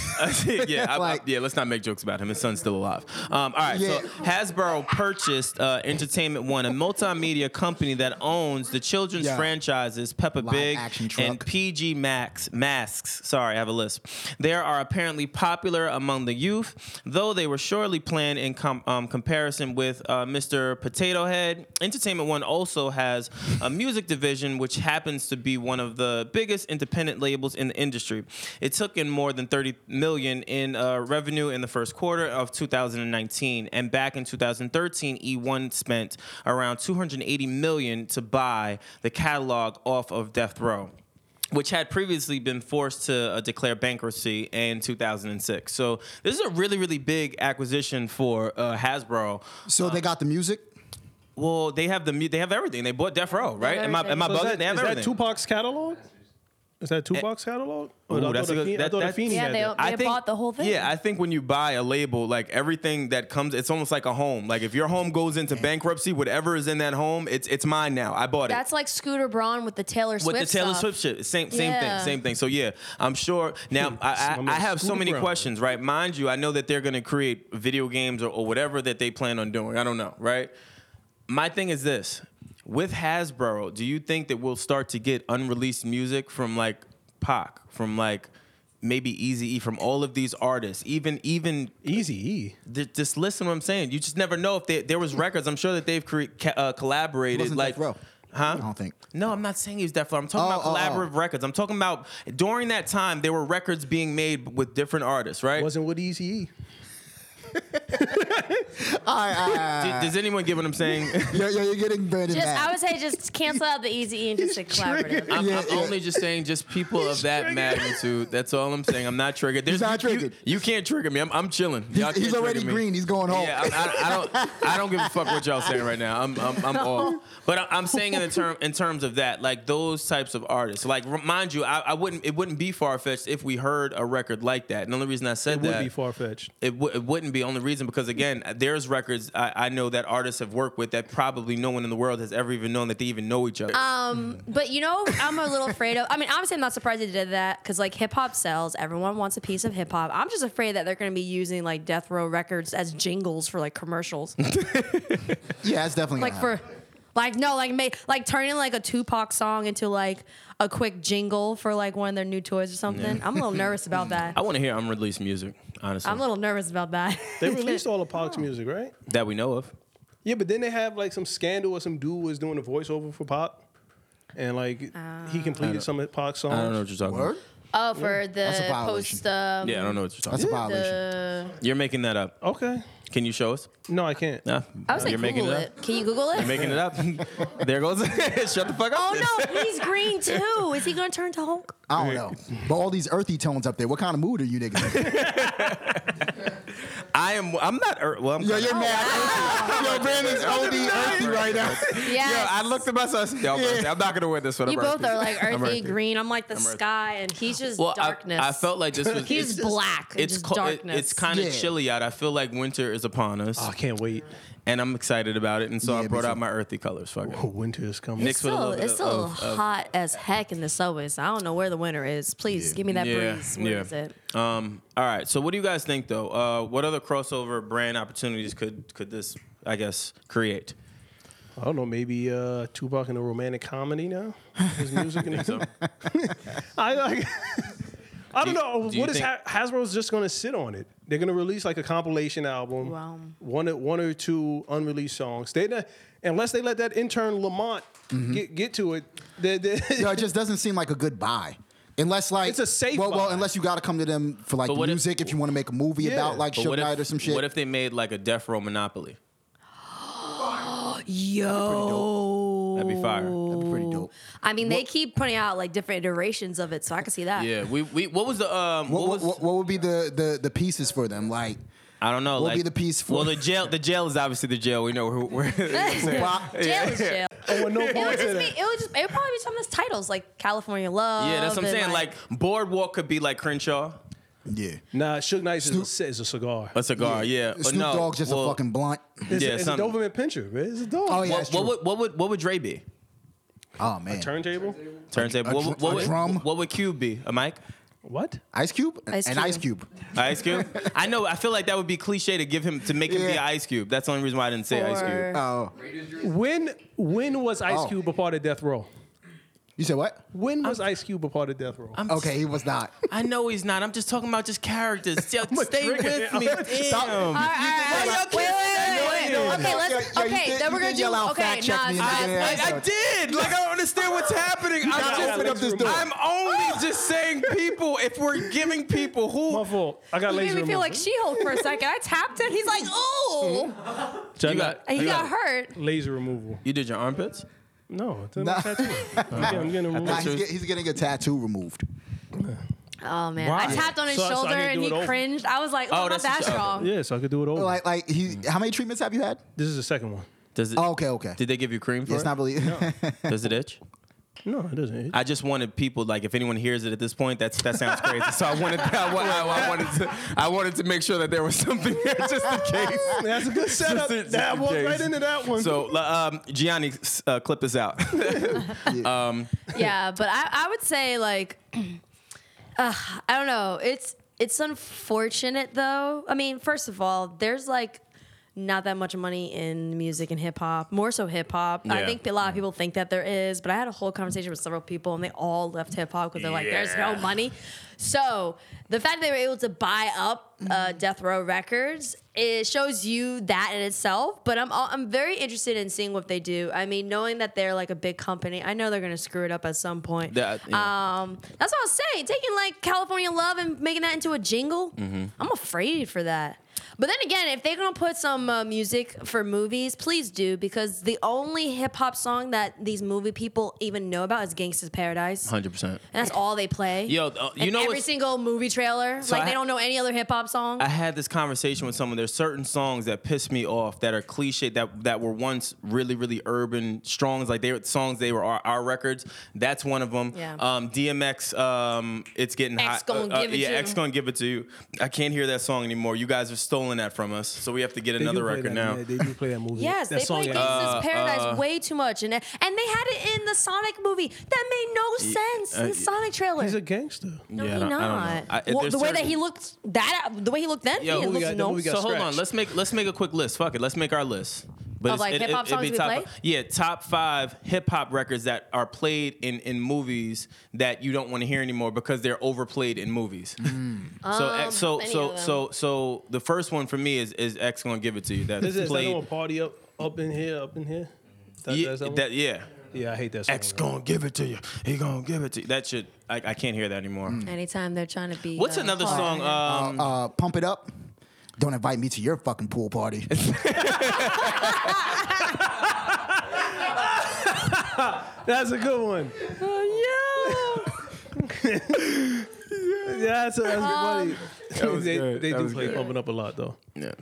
yeah, I- I-
Like-
yeah. Let's not make jokes about him. His son's still alive. Um, all right.
Yeah.
So Hasbro purchased uh, Entertainment One, a multimedia company that owns the children's
Yeah.
franchises Peppa
Live
Pig
action
and
truck.
PG Ma- max, masks. Sorry, I have a list. There are apparently popular among the youth, though they were surely planned in com- um, comparison with uh, Mr. Potato Head. Entertainment One also has a music division, which happens to be one of the biggest independent labels in the industry. It took in more than 30 million in uh, revenue in the first quarter of 2019, and back in 2013, E1 E spent around 280 million to buy the catalog off of Death Row which had previously been forced to uh, declare bankruptcy in 2006. So this is a really, really big acquisition for uh, Hasbro.
So they got the music.
Well, they have the mu- they have everything. They bought Death Row, right? Am I am I
everything.
bugging?
is that,
they have
is that
everything.
Tupac's catalog? Is that Tupac's catalog? Or
Ooh,
I thought
that's a
the
good-
Fiend- I
that-
thought the
that's-
Fiend
Yeah,
had
they-
that.
I
bought the whole thing.
Yeah, I think when you buy a label, like everything that comes, it's almost like a home. Like if your home goes into bankruptcy, whatever is in that home, it's it's mine now. I bought it.
That's like Scooter Braun with the Taylor Swift.
with the Taylor
stuff.
Swift shit. Same same
Yeah.
thing, same thing. So yeah, I'm sure. Now I,
Some
I, I
of
have so
Scooter
many
Braun.
questions, right? Mind you, I know that they're gonna create video games or, or whatever that they plan on doing. I don't know, right? My thing is this: with Hasbro, do you think that we'll start to get unreleased music from like Pac, from like maybe Easy E, from all of these artists, even even
Easy E.
Th- just listen to what I'm saying. You just never know if they, there was records. I'm sure that they've cre- ca- uh, collaborated.
Wasn't
like,
Death Row.
huh?
I don't think.
No, I'm not saying he was Def Leppard. I'm talking
Oh,
about
oh, oh.
collaborative records. I'm talking about during that time there were records being made with different artists, right?
Wasn't with Easy E.
D- does anyone get what I'm saying?
Yeah, yeah, you're getting Brandon
Just,
back.
I would say just cancel out the easy E and just a collaborative.
I'm,
Yeah,
I'm
yeah.
only just saying, just people of that magnitude. That's all I'm saying. I'm not triggered. There's,
not
you, you-
triggered.
You, can't trigger me. I'm, I'm chilling. Y'all
he's
can't
already
trigger me.
green. He's going home.
Yeah, I, I, I don't. I don't give a fuck what y'all saying right now. I'm I'm, I'm off. But I- I'm saying in the term in terms of that, like those types of artists. Like mind you, I, I wouldn't. It wouldn't be far fetched if we heard a record like that. And the only reason I said
It
that
would be far fetched.
it, w- it wouldn't be only reason because again there's records I, I know that artists have worked with that probably no one in the world has ever even known that they even know each other
Um, But you know, I'm a little afraid of. I mean, obviously, I'm not surprised they did that because like hip hop sells. Everyone wants a piece of hip hop. I'm just afraid that they're going to be using like Death Row records as jingles for like commercials,
yeah, it's definitely
like
gonna
for. Like no, like make like turning like a Tupac song into like a quick jingle for like one of their new toys or something. I'm a little nervous about that.
I want to hear unreleased music honestly
I'm a little nervous about that.
They released all of Pac's music, right?
that we know of
Yeah, but then they have like some scandal or some dude was doing a voiceover for Pac, and like
Ah.
he completed some of Pac's songs.
I don't know what you're talking
Word?
about
oh, for
That's a
the
violation.
post. Um,
yeah I don't know what you're talking
That's a
about
violation.
you're making that up
Okay,
can you show us
no, I can't.
nah,
I was
you're
like,
making
Google
it
it.
up
Can you Google it?
making it up there goes shut the fuck up
oh no, he's green too. Is he going to turn to Hulk?
I don't know. But all these earthy tones up there. What kind of mood are you niggas? in?
I am I'm not er- well I'm
Yo,
kinda-
you're mad. Yo, Brandon's OD earthy right now.
Yeah.
Yo, I looked at myself I said, "Yo, I'm earthy. I'm not gonna wear this one I'm
You both
earthy.
are like
I'm
earthy,
earthy.
green. I'm like the sky, and he's just
Well, I-
darkness.
I, felt like this was
He's
it's-
black and
It's
just
co- it-
darkness.
it's kind of
Yeah.
chilly out. I feel like winter is upon us,
Oh, I can't wait.
and I'm excited about it. And so
Yeah,
I
me
brought out
too.
my earthy colors. Fuck it.
Oh, winter is coming.
Nick's with a
still,
little bit
it's still
of- of-
hot as heck in the subways. I don't know where the winter is. Please give me that
Yeah,
breeze. Where is
yeah.
it?
Um, all right. So, what do you guys think, though? Uh, what other crossover brand opportunities could could this, I guess, create?
I don't know. Maybe uh, Tupac in a romantic comedy now. His music and
So,
I like. I don't
Do you-
know.
do you
what is
think-
ha- Hasbro's just going to sit on it? They're going to release like a compilation album.
Wow.
One or- one or two unreleased songs. They not, unless they let that intern Lamont
Mm-hmm.
get get to it. They, they,
Yo, it just doesn't seem like a good buy. Unless like
It's a safe
well, well
buy.
unless you got to come to them for like
But what if-
music if, you want to make a movie
Yeah.
about like
but
Show
what
Knight
if,
or some shit.
What if they made like a Death Row Monopoly?
Yo.
That'd be fire.
That'd be pretty dope.
I mean, they keep putting out like different iterations of it, so I can see that.
Yeah. We, we what was the um
What,
what,
what,
was
what, would be the, the the pieces for them? Like
I don't know.
what would
like,
be the piece for-
Well, the jail the jail is obviously the jail. We know who. where
Tupac?
Jail is jail.
oh, and no
It would
parts
just
of
be.
that.
It would just. It would probably be some of those titles like California Love.
Yeah, that's what I'm
and,
saying. Like, Boardwalk could be like Crenshaw,
yeah.
Nah, Suge Knight is, a- is a cigar.
a cigar. Yeah, but
Snoop
no,
Dogg just
well,
a fucking blunt.
It's,
yeah,
a, it's a
something.
Doberman pincher. Man. It's a dog.
Oh yeah,
What,
that's
what
true.
would what would what would Dre be?
oh man,
Turntable.
Turntable.
a
What, would-
dr-
what
a
would,
drum?
What would Cube be? A mic?
What?
Ice Cube,
Ice
and
Cube.
Ice Cube.
Ice Cube? I know. I feel like that would be cliche to give him to make him be
Yeah.
Ice Cube. That's the only reason why I didn't say Ice Cube.
Or,
Oh,
When when was Ice
Oh.
Cube a part of Death Row?
You said what?
When was Ice Cube a part of Death Row?
I'm
Okay, he was not.
I know he's not. I'm just talking about just characters. Just stay
trigger.
with me.
Stop.
Damn.
All right, all right,
Why y'all
wait, wait, wait,
keep
wait, wait. Okay,
saying
let's.
that? Yeah, you
okay, then
did- you
we're gonna
did
do.
yell out,
Okay,
"Fact check me,"
Nas,
and I didn't
Nas,
answer.
Nas.
I did. Like I don't understand what's happening.
gotta
I'm
open
just,
up this door.
I'm only just saying people. If we're giving people
My
who
fault. I got
You made
laser.
me feel like
removal.
She-Hulk for a second. I tapped it. He's like, "Ooh!"
I
You got-
And he got hurt.
laser removal.
you did your armpits.
No, it's in
Nah.
my tattoo. I'm getting- I'm getting
Nah,
removed.
he's, get- he's getting a tattoo removed.
Oh man, I
Why?
tapped on his
So I- so I
shoulder
didn't
and
do
he
it over.
cringed. I was like,
Oh,
"Oh, not
that's
that
just- okay.
strong."
Yeah, so I could do it over.
Like, like he. How many treatments have you had?
this is the second one.
Does it?
Oh, okay, okay.
Did they give you cream for
It's
it?
not really.
Does it itch?
No, it doesn't.
I just wanted people like if anyone hears it at this point, that's that sounds crazy. So I wanted I, wa- I- I wanted to I wanted to make sure that there was something there just in case.
That's a good setup.
Just in-
that
just in
walked
case.
right into that one.
So um, Gianni, s- uh, clip this out.
yeah, but I, I would say like uh, I don't know. It's it's unfortunate though. I mean, first of all, there's like not that much money in music and hip hop, more so hip hop. I
Yeah.
think a lot of people think that there is, but I had a whole conversation with several people and they all left hip hop because they're like, there's no money. So the fact that they were able to buy up uh,
Mm-hmm.
Death Row Records, it shows you that in itself. But I'm all, I'm very interested in seeing what they do. I mean, knowing that they're like a big company, I know they're gonna screw it up at some point.
That- yeah.
Um, that's what I was saying. Taking like California Love and making that into a jingle,
Mm-hmm.
I'm afraid for that. But then again, if they're gonna put some uh, music for movies, please do because the only hip hop song that these movie people even know about is "Gangsta's Paradise."
Hundred percent.
And that's all they play.
Yo, uh, you
In
know
every
what's-
single movie trailer.
So
like
I
they
ha-
don't know any other hip hop song.
I had this conversation with someone. There's certain songs that piss me off that are cliche that that were once really really urban strongs like they were songs they were our, our records. That's one of them.
Yeah.
Um, DMX, um, it's getting
X
hot. uh,
gonna give it
yeah,
to
X
you.
gonna give it to you. I can't hear that song anymore. You guys have stolen that from us, so we have to get
They do
another
play
record
that,
now.
yeah, They do play that movie.
Yes,
that
they played
yeah.
Gangsta's
Uh,
Paradise way too much, and and they had it in the Sonic movie. That made no sense.
uh,
the Sonic trailer.
He's a gangster.
no,
Yeah, I
he
don't- I
not.
don't know. I-
well, the
there's
way that
certain-
he looked, that the way he looked
Yo,
then, he
who
didn't
we
look
got-
no.
who we got-
so hold on.
scratched.
Let's make let's make a quick list. Fuck it. Let's make our list. But
Of,
it's-
like,
it-
hip-hop
it- it'd
songs
be
we
top
play?
yeah, top five hip hop records that are played in in movies that you don't want to hear anymore because they're overplayed in movies.
Hmm.
so X- so
any
so
Um, of them.
so so the first one for me is is X gonna give it to you. That's
Is it is that
played.
little party up up in here, up in here? That,
yeah,
that's that one?
that- yeah.
yeah, I hate that song.
X gonna give it to you. He gonna give it to you. That shit. I, I can't hear that anymore.
Hmm.
Anytime they're trying to be.
What's
uh,
another
hard.
song? Um,
uh, pump it up. Don't invite me to your fucking pool party.
That's a good one.
Oh,
yeah. that's a,
Um,
that's a good money. they
good.
they
That
do
was
play
good.
pumping up a lot though.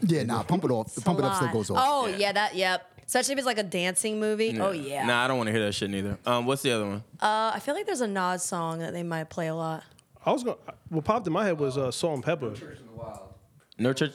yeah, nah, pump it off. pump it up still
Lot.
goes off.
Oh yeah, that yep. Especially if it's like a dancing movie. Oh yeah.
Nah, I don't want to hear that shit neither. Um, what's the other one?
Uh, I feel like there's a Nas song that they might play a lot.
I was going. to What popped in my head was uh, Salt and Pepper.
No church.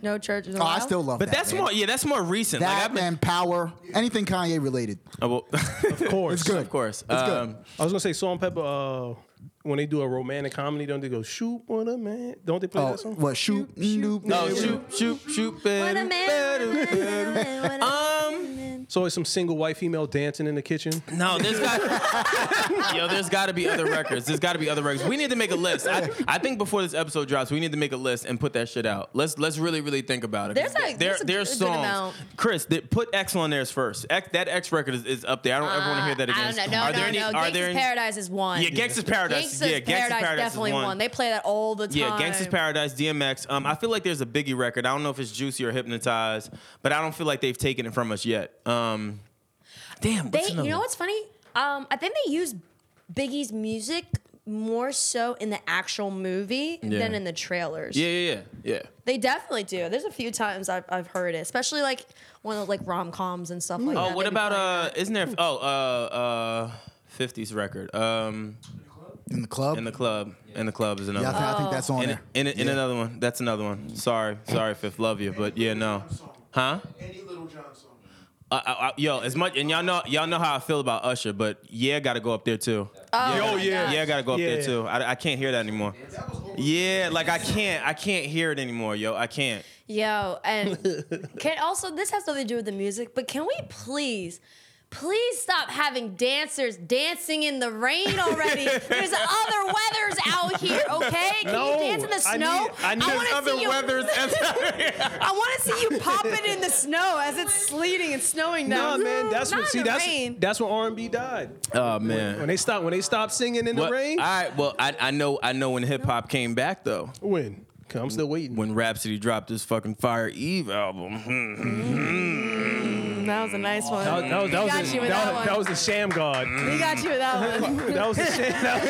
No church.
Oh, I still love
But
that.
that's
man.
more. Yeah, that's more recent.
That
like I've been.
and power, anything Kanye related.
Oh, well, of
Of course.
It's good.
Of course.
It's good.
Um,
I was gonna say Salt and Pepper. Uh, when they do a romantic comedy, don't they go shoot on a man? Don't they play
Oh,
that song?
what shoot? Noop,
No,
noop.
shoot, shoot, shoot, better, better.
Uh,
Um,
So it's some single white female dancing in the kitchen.
no, there's got, yo, there's got to be other records. There's got to be other records. We need to make a list. I, I think before this episode drops, we need to make a list and put that shit out. Let's let's really really think about it.
There's a- there's a
there's
good
songs.
amount.
Chris, th- put X on theirs first. X, that X record is, is up there. I don't ever want to hear that again.
Uh, I don't know. No,
are
no,
there any?
no.
Are there
Gangsta's
any?
Paradise is one.
Yeah, Gangsta's Paradise.
Gangsta's
yeah, Gangsta's
Paradise,
Paradise
definitely
is
one. They play that all the time.
Yeah, Gangsta's Paradise, DMX. Um, I feel like there's a Biggie record. I don't know if it's Juicy or Hypnotized, but I don't feel like they've taken it from us yet. Um, damn,
They,
what's another
you know
one?
what's funny? Um, I think they use Biggie's music more so in the actual movie
Yeah.
than in the trailers.
Yeah, yeah, yeah, yeah.
They definitely do. There's a few times I've, I've heard it, especially like one of those like rom coms and stuff like that.
Oh, what
They be
about
playing
uh?
that.
Isn't there? Oh, uh, uh, fifties record. Um,
in the club.
in the club. In the club is another.
yeah, I
one.
think, I
Oh.
think that's on
And,
there.
and, and another one. That's another one. Sorry, sorry, Fifth. Love you, but yeah, no. Huh?
Any Little John song.
Uh, I, I, yo, as much and y'all know y'all know how I feel about Usher, but yeah, gotta go up there too.
Oh,
my yeah. gosh.
uh, yeah, gotta go up there
Yeah.
too. I, I can't hear that anymore. Yeah, like I can't, I can't hear it anymore, yo. I can't.
Yo, and can also this has nothing to do with the music, but can we please Please stop having dancers dancing in the rain already. There's other weathers out here, okay? Can you
No,
dance in the
I
snow?
need- I need
wanna
other
see you-
Weathers as
I want to see you popping in the snow as it's sleeting and snowing
Nah,
down.
man, that's
Not
what.
in
See,
the
that's
rain.
that's when R and B died.
oh
When
man.
they stopped, when they stopped singing in
Well,
the rain.
all right. Well, I, I know I know when hip hop came back though.
when? 'Cause I'm still waiting.
When Rhapsody dropped his fucking Fire Eve album. Hmm.
that was a nice one.
That, that was, that,
got
was, a,
you with
that,
that
was,
one.
that was a sham god.
we got you with that one.
That was a sham. That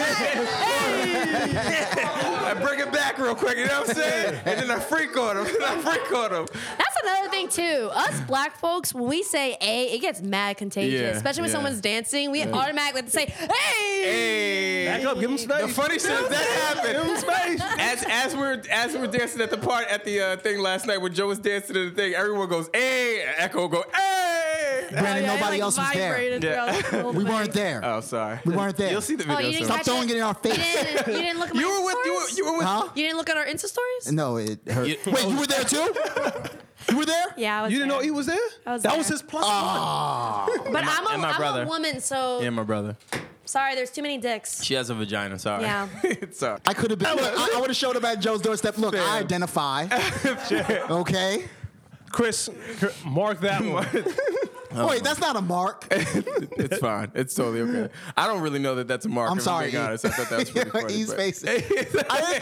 was a sham.
I bring it back real quick. You know what I'm saying? And then I freak on him. And I freak on him.
That's another thing too. Us black folks, when we say "a," it gets mad contagious.
Yeah,
Especially when
yeah.
someone's dancing, we automatically say "hey."
Hey.
Back up, give him space.
The funny shit is that happened.
Give him space.
As as we're as we're dancing at the part at the uh, thing last night when Joe was dancing at the thing, everyone goes, "Hey!" Echo go, "Hey!"
Oh,
Brandon,
yeah, it,
nobody
like,
else was there.
vibrated throughout the whole
We
thing.
weren't there.
Oh, sorry.
We weren't there.
You'll see the
Oh,
video.
you didn't
soon.
Stop
catch
throwing it in our
You
face.
didn't, you didn't look at my
You were with you were,
stories?
you were with.
Huh?
You didn't look at our Insta stories?
No, it hurt.
You-
Wait, you were there too? You were there?
Yeah, I was
You didn't know
there.
he was there?
I was
that
there.
was his plus
Ah,
But I'm a,
and my
I'm
brother.
a woman, so
Yeah, my brother.
sorry, there's too many dicks.
She has a vagina. Sorry.
Yeah.
sorry.
I could have been. Look, I, would have showed up at Joe's doorstep. Look, I identify. okay.
one. Chris, mark that one.
Oh, wait, that's not a mark.
It's fine. It's totally okay. I don't really know that that's a mark.
I'm
if
sorry.
I'm being honest. I thought that was pretty funny.
He's
but-
facing. I didn't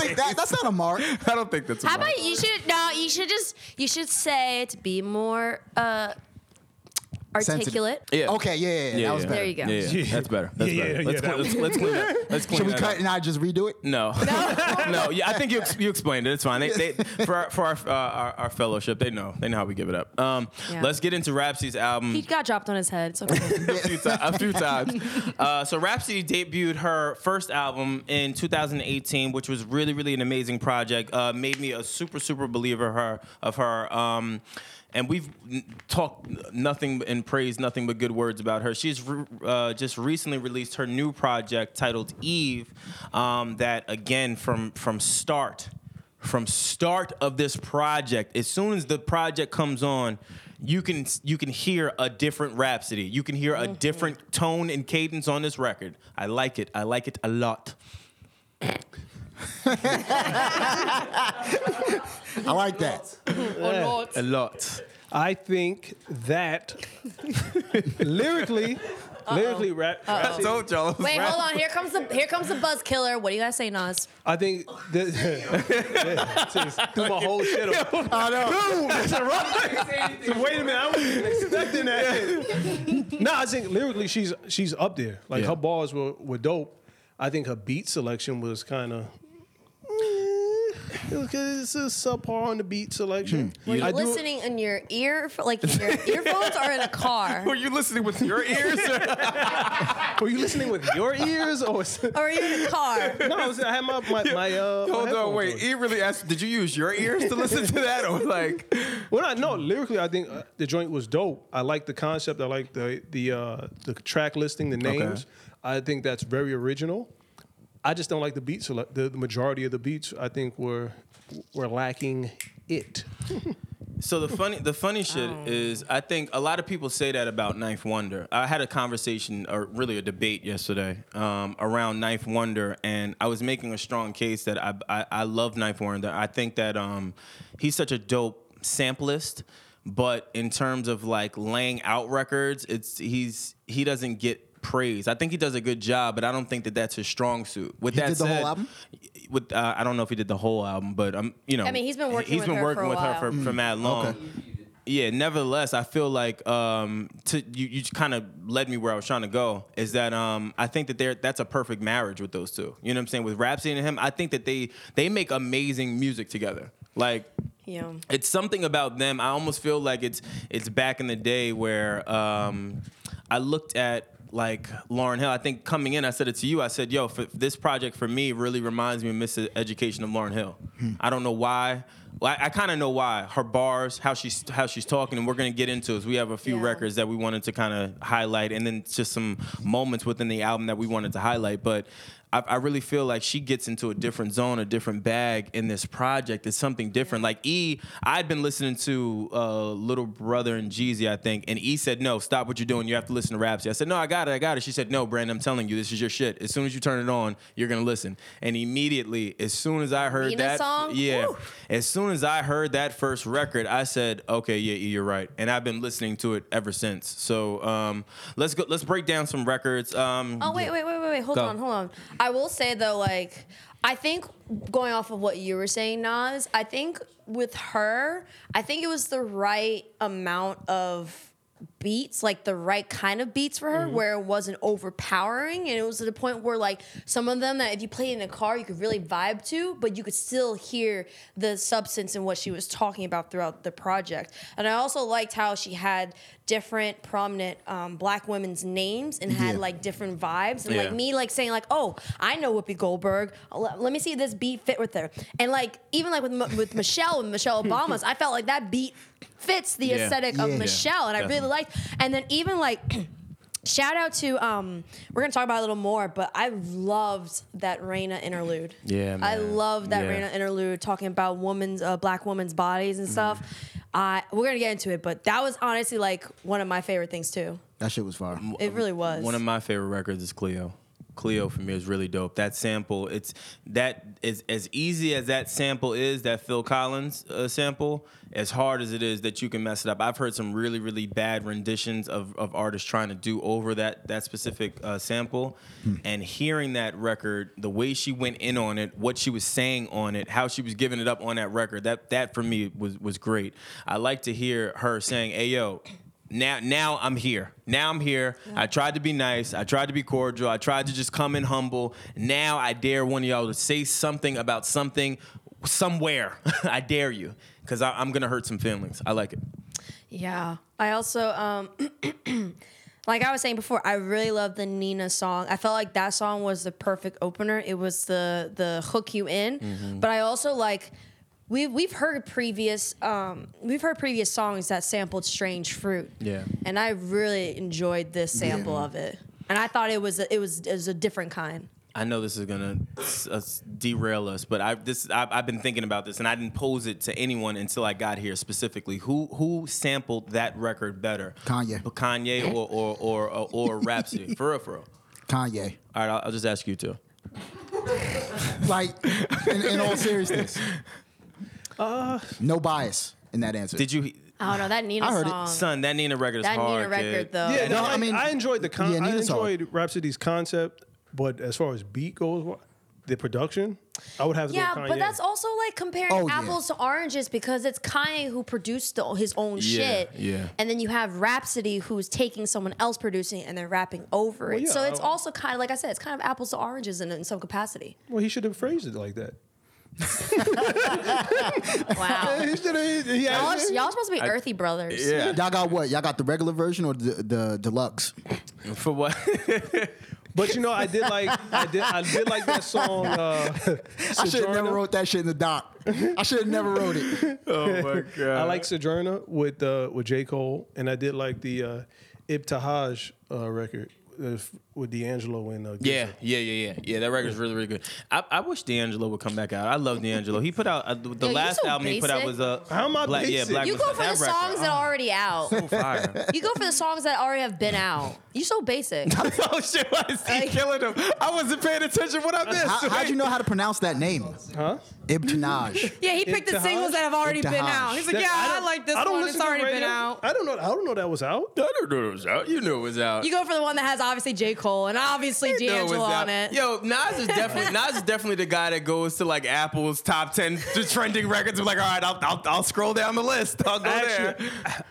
think that. That's not a mark.
I don't think that's. A
How
mark.
about you should no, you should just you should say it to be more uh
Sensitive.
articulate.
Yeah.
Okay, yeah, yeah, yeah,
Yeah,
that was
yeah.
better.
There you go.
Yeah, yeah.
Yeah.
that's better. That's
Yeah,
better.
yeah,
let's,
yeah,
clean, let's, let's clean that. up. Let's clean
Should we
that
cut
up.
and I just redo it?
No, no, yeah, I think you ex- you explained it. It's fine. They, they, for our, for our, uh, our our fellowship, they know they know how we give it up. Um,
Yeah.
let's get into Rhapsody's album
He got dropped on his head. It's okay.
a few, ti- a few times. Uh, so Rhapsody debuted her first album in 2018, which was really, really an amazing project. Uh, made me a super, super believer her of her. Um, and we've n- talked nothing and praised nothing but good words about her. She's re- uh, just recently released her new project titled Eve. Um, that again, from from start from start of this project as soon as the project comes on you can you can hear a different rhapsody you can hear a different tone and cadence on this record i like it i like it a lot
I like that.
a lot
I think that lyrically, lyrically, rap, rap-
told y'all it was
Wait,
rap-
hold on. Here comes the here comes the buzz killer. What do you guys say, Nas?
I think that just threw my whole shit up.
I know.
Wait a minute, I wasn't even expecting that. no, I think lyrically she's she's up there. Like
Yeah.
her bars were, were dope. I think her beat selection was eh, kind of. It's a subpar on the beat selection.
Were you
I do-
listening in your ear, like in your earphones, or in a car?
were you listening with your ears or-
were you listening with your ears or was-
Or were you in a car?
no? I was- I had my my, my uh. my
hold on
headphones
wait he really asked did you use your ears to listen to that or like
Well, I no lyrically, I think uh, the joint was dope. I like the concept. I like the the uh, the track listing, the names. I think that's very original. I just don't like the beats. The, the majority of the beats, I think, were were lacking it.
So the funny, the funny shit is, I think a lot of people say that about Ninth Wonder. I had a conversation, or really a debate yesterday, um, around Ninth Wonder, and I was making a strong case that I, I, I love Ninth Wonder. I think that um, he's such a dope samplist, but in terms of like laying out records, it's he's he doesn't get praise. I think he does a good job, but I don't think that that's his strong suit. With
He
that
did the
said,
whole album?
with uh, I don't know if he did the whole album, but I'm you know
I mean, he's been working
he's
with
been
her
working
for a
with her
while.
for, for mad long. Yeah, nevertheless, I feel like um, to, you you kind of led me where I was trying to go. Is that um, I think that there that's a perfect marriage with those two. You know what I'm saying? With Rhapsody and him, I think that they they make amazing music together. Like
Yeah.
it's something about them. I almost feel like it's it's back in the day where um, I looked at like Lauren Hill. I think coming in, I said it to you. I said, "Yo, for, this project for me really reminds me of Miseducation of Lauren Hill." I don't know why. Well, I, I kind of know why. Her bars, how she's how she's talking, and we're gonna get into it. We have a few
Yeah.
records that we wanted to kind of highlight, and then just some moments within the album that we wanted to highlight. But I, I really feel like she gets into a different zone, a different bag in this project. It's something different. Like E, I'd been listening to uh, Little Brother and Jeezy, I think, and E said, "No, stop what you're doing. You have to listen to Rapsy." I said, "No, I got it, I got it." She said, "No, Brandon, I'm telling you, this is your shit. As soon as you turn it on, you're gonna listen." And immediately, as soon as I heard
Nina
that,
song?
yeah,
Woo.
as soon as I heard that first record, I said, "Okay, yeah, E, you're right," and I've been listening to it ever since. So um, let's go. Let's break down some records. Um,
Oh wait, wait, wait, wait, wait. Hold
Go.
on, hold on. I will say though, like, I think going off of what you were saying, Nas, I think with her, I think it was the right amount of beats, like the right kind of beats for her, where it wasn't overpowering, and it was to the point where like some of them that if you played in a car, you could really vibe to, but you could still hear the substance and what she was talking about throughout the project. And I also liked how she had different prominent um, black women's names and had
Yeah.
like different vibes and
Yeah.
like me like saying like oh I know Whoopi Goldberg Oh, let, let me see if this beat fit with her and like even like with M- with Michelle and Michelle Obama's I felt like that beat fits the
Yeah.
aesthetic of
Yeah.
Michelle and I really
Definitely.
liked and then even like shout out to um we're gonna talk about it a little more but I loved that Raina interlude
Yeah,
I
man.
love that
Yeah.
Raina interlude talking about women's uh, black women's bodies and stuff
Mm-hmm.
I we're gonna get into it but that was honestly like one of my favorite things too
That shit was fire.
it really was
One of my favorite records is Cleo. Cleo for me is really dope. That sample, it's that is as easy as that sample is, that Phil Collins uh, sample, as hard as it is that you can mess it up. I've heard some really, really bad renditions of, of artists trying to do over that that specific uh, sample, and hearing that record, the way she went in on it, what she was saying on it, how she was giving it up on that record, that that for me was was great. I like to hear her saying, "Hey yo, now now I'm here. Now I'm here. I tried to be nice. I tried to be cordial. I tried to just come in humble. Now I dare one of y'all to say something about something somewhere. I dare you. Cause I, I'm gonna hurt some feelings. I like it.
Yeah. I also um like I was saying before, I really love the Nina song. I felt like that song was the perfect opener. It was the the hook you in.
Mm-hmm.
But I also like we've we've heard previous um we've heard previous songs that sampled strange fruit.
Yeah.
And I really enjoyed this sample of it. And I thought it was a, it was it was a different kind.
I know this is gonna s- us- derail us, but I this I, I've been thinking about this, and I didn't pose it to anyone until I got here specifically. Who who sampled that record better?
Kanye.
But Kanye or or or or, or Rhapsody? for real, for real.
Kanye.
All right, I'll, I'll just ask you two.
Like, in, in all seriousness. no bias in that answer.
Did you?
I don't know, that Nina
I heard it.
song.
Son, that Nina record is
that
hard.
Nina record
kid.
though.
Yeah, no,
I
Uh, I,
mean-
mean, I enjoyed the con-
Yeah,
I
Nina's hard.
enjoyed Rhapsody's concept, but as far as beat goes, wha- the production, I would have to
Yeah,
go with Kanye.
but that's also like comparing
Oh, yeah.
apples to oranges because it's Kanye who produced the, his own
Yeah,
shit.
yeah.
And then you have Rhapsody who's taking someone else producing it and then rapping over it.
yeah,
so it's
I-
also kind of, like I said, it's kind of apples to oranges in, in some capacity.
well, he should have phrased it like that.
Wow.
He should have. He, he
y'all, are,
actually-
y'all are supposed to be earthy brothers.
y'all got what? Y'all got the regular version or the, the deluxe?
For what?
But you know, I did like I did I did like that song. Uh,
I should have never
Sojourner.
wrote that shit in the doc. I should have never wrote it.
oh my god.
I like Sojourner with uh, with J Cole, and I did like the uh, Ibtihaj uh, record uh, f- with D'Angelo and uh, Gizmo.
Yeah, yeah, yeah, yeah, yeah. That record's really, really good. I, I wish D'Angelo would come back out. I love D'Angelo. He put out uh, the
you
last
so
album he put out
basic.
was uh,
How am I
Black, yeah,
basic?
Black
You
was-
go for the
that record,
songs that are
uh,
already out.
oh, fire.
You go for the songs that already have been out. You're so basic.
oh shit! Why is he killing him? I wasn't paying attention. What I missed?
How, how'd you know how to pronounce that name?
Huh?
Ibtinaj.
Yeah, he picked the
Ibtihaj?
singles that have already been
Ibtihaj.
out. He's like,
That-
yeah, I,
don't-
like this
I don't
one.
listen
It's
to
already been
radio.
out.
I don't know. I don't know that was out.
I don't know it was out. You knew it was out.
You go for the one that has obviously J. Cole and obviously
You know it was
D'Angelo
out.
on it.
Yo, Nas is definitely Nas is definitely the guy that goes to like Apple's top ten trending records. I'm like, all right, I'll, I'll, I'll scroll down the list. I'll go there.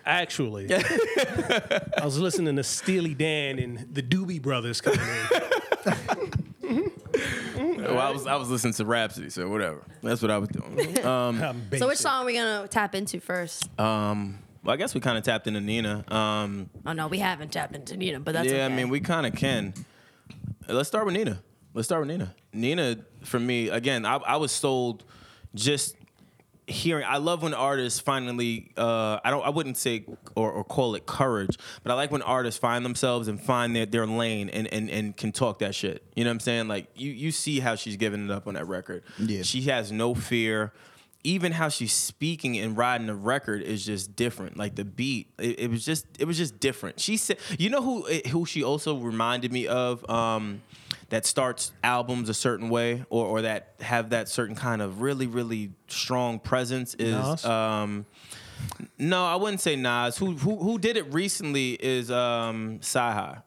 Actually, actually I was listening to Steely Dan and the Doobie Brothers coming in.
Well, I was I was listening to Rhapsody, so whatever. That's what I was doing. Um,
I'm
So which
basic.
song are we gonna tap into first?
um, well, I guess we kind of tapped into Nina. Um,
oh no, we haven't tapped into Nina, but that's
yeah,
okay.
I mean, we kind of can. Let's start with Nina. Let's start with Nina. Nina, for me, again, I, I was sold just hearing i love when artists finally uh i don't i wouldn't say or, or call it courage but i like when artists find themselves and find their, their lane and, and and can talk that shit you know what i'm saying like you you see how she's giving it up on that record
Yeah.
she has no fear even how she's speaking and riding the record is just different like the beat it, it was just it was just different she said you know who who she also reminded me of um that starts albums a certain way or or that have that certain kind of really really strong presence is
Nas?
um no I wouldn't say Nas who who who did it recently is um Sci-Hi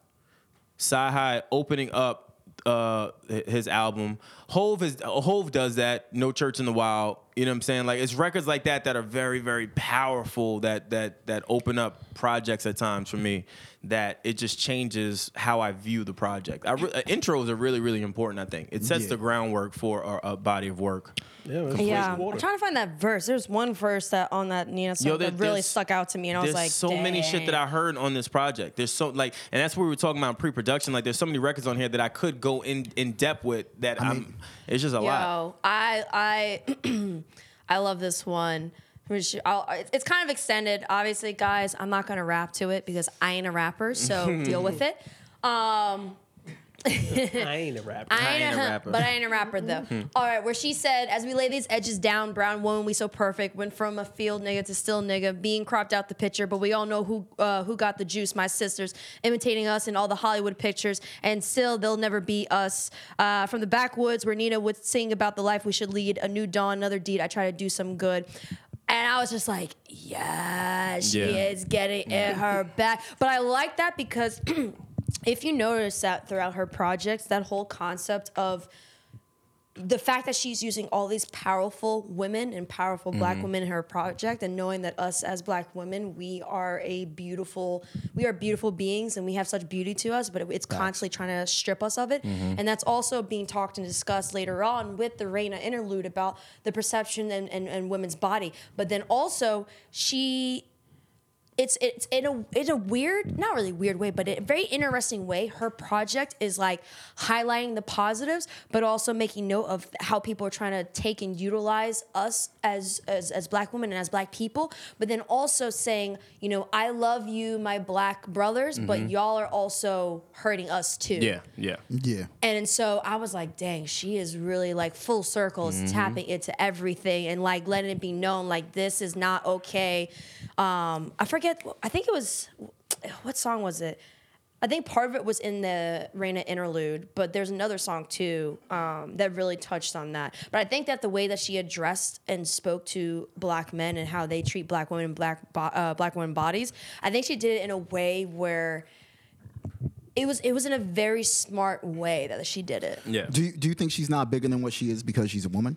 Sci-Hi opening up uh his album. Hove is Hove does that. No Church in the Wild. You know what I'm saying? Like it's records like that that are very very powerful that that that open up projects at times for me that it just changes how I view the project. I re- uh, intros are really really important. I think it sets
Yeah.
the groundwork for a, a body of work.
Yeah, man.
Yeah,
Water.
I'm trying to find that verse. There's one verse that on that Nina song
Yo, there-
that really
there's-
stuck out to me, and I was
There's
like,
so many shit that I heard on this project. There's so like, and that's what we were talking about in pre-production. Like, there's so many records on here that I could go in in depth with. That I am
mean-
It's just a lot.
Yo, I I I love this one. Which I'll, it's kind of extended, obviously, guys. I'm not gonna rap to it because I ain't a rapper, so deal with it. Um,
I ain't a rapper.
I ain't, a, rapper. But I ain't a rapper though.
Hmm.
All right, where she said, as we lay these edges down, brown woman, we so perfect. Went from a field nigga to still nigga, being cropped out the picture, but we all know who uh, who got the juice. My sisters imitating us in all the Hollywood pictures, and still they'll never be us. Uh, from the backwoods where Nina would sing about the life we should lead, a new dawn, another deed. I try to do some good. And I was just like, yeah, she
Yeah.
is getting it her back. But I like that because if you notice that throughout her projects, that whole concept of the fact that she's using all these powerful women and powerful black women in her project and knowing that us as black women we are a beautiful we are beautiful beings and we have such beauty to us but it's constantly trying to strip us of it and that's also being talked and discussed later on with the Reina interlude about the perception and, and, and women's body but then also she it's it's in a in a weird, not really weird way, but in a very interesting way. Her project is like highlighting the positives, but also making note of how people are trying to take and utilize us as as as black women and as black people. But then also saying, you know, I love you, my black brothers, but y'all are also hurting us too.
Yeah, yeah.
Yeah.
And so I was like, dang, she is really like full circles, tapping into everything and like letting it be known like this is not okay. Um, I forget, I think it was, what song was it? I think part of it was in the Raina interlude, but there's another song too um, that really touched on that. But I think that the way that she addressed and spoke to black men and how they treat black women, and black bo- uh, black women bodies, I think she did it in a way where it was it was in a very smart way that she did it.
Yeah.
Do you, do you think she's not bigger than what she is because she's a woman?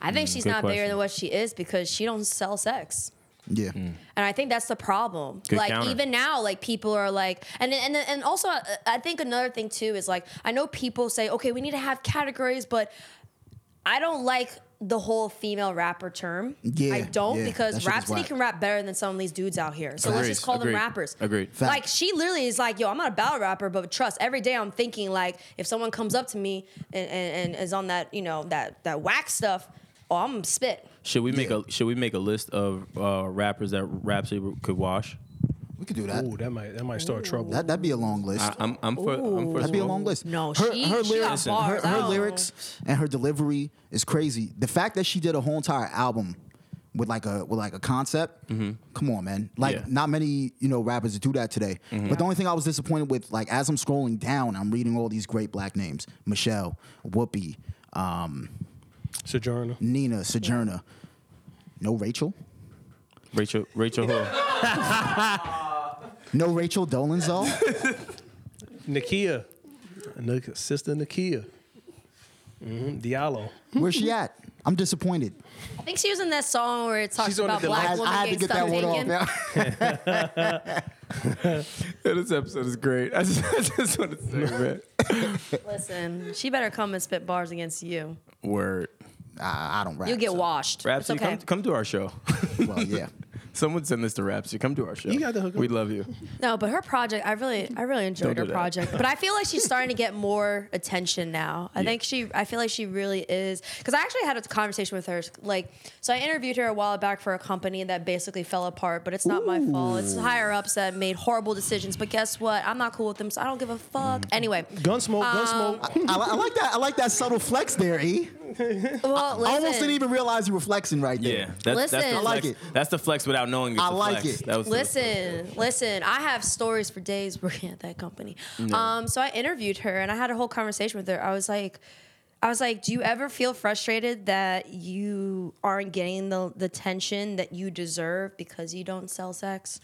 I think she's
Mm, good
not bigger
question.
than what she is because she don't sell sex.
Yeah.
And I think that's the problem.
Good
like
counter.
even now, like people are like, and and and also, I, I think another thing too is like I know people say, okay, we need to have categories, but I don't like the whole female rapper term.
Yeah,
I don't
yeah, that
because
shit is
Rhapsody
whack.
can rap better than some of these dudes out here. So let's
Agreed,
just call
agreed,
them rappers.
agreed.
Like
Facts.
she literally is like, yo, I'm not a battle rapper, but trust, every day I'm thinking like if someone comes up to me and, and, and is on that, you know, that that whack stuff, oh, I'm gonna spit.
Should we make a Should we make a list of uh, rappers that Rhapsody could wash?
We could do that.
Ooh, that might that might start trouble.
That that'd be a long list.
I, I'm I'm for I'm for
that'd be a long
list.
list.
No,
her,
she-
her
she got
lyrics, her,
bars. I
her
don't-
lyrics, and her delivery is crazy. The fact that she did a whole entire album with like a with like a concept. Come on, man. Like
Yeah.
not many you know rappers do that today. But the only thing I was disappointed with, like as I'm scrolling down, I'm reading all these great black names: Michelle, Whoopi, um,
Sojourner.
Nina, Sojourner. No Rachel.
Rachel Rachel Hall.
No Rachel Dolan's though.
Nakia. Nik- Sister Nakia. hmm Diallo.
Where's she at? I'm disappointed.
I think she was in that song where it talks
She's on
about
I
the
black
had,
women
I had to
getting
get
stuff
that one off.
taken.
man.
this episode is great. I just, I just want to say, man.
Listen, she better come and spit bars against you.
Word.
I, I don't rap.
You'll get
so-
washed.
Rhapsody,
it's okay.
come come to our show.
Well, yeah.
Someone send this to Rapsy. Come to our show.
You got the hook up.
We love you.
No, but her project, I really, I really enjoyed
Don't
her
do that.
project. But I feel like she's starting to get more attention now. I think she, I feel like she really is. Because I actually had a conversation with her. Like, so I interviewed her a while back for a company that basically fell apart. But it's not my fault. It's higher ups that made horrible decisions. But guess what? I'm not cool with them, so I don't give a
Mm.
fuck. Anyway,
Gunsmoke,
Um,
Gunsmoke.
I, li- I like that. I like that subtle flex there, E.
well,
I
listen,
almost didn't even realize you were flexing right there.
Yeah, that's,
Listen.
that's the
I
flex.
like it.
That's the flex without knowing. It's
I
the
like
flex.
it.
That was the-
Listen, listen. I have stories for days working at that company. Um, so I interviewed her and I had a whole conversation with her. I was like, I was like, do you ever feel frustrated that you aren't getting the the tension that you deserve because you don't sell sex?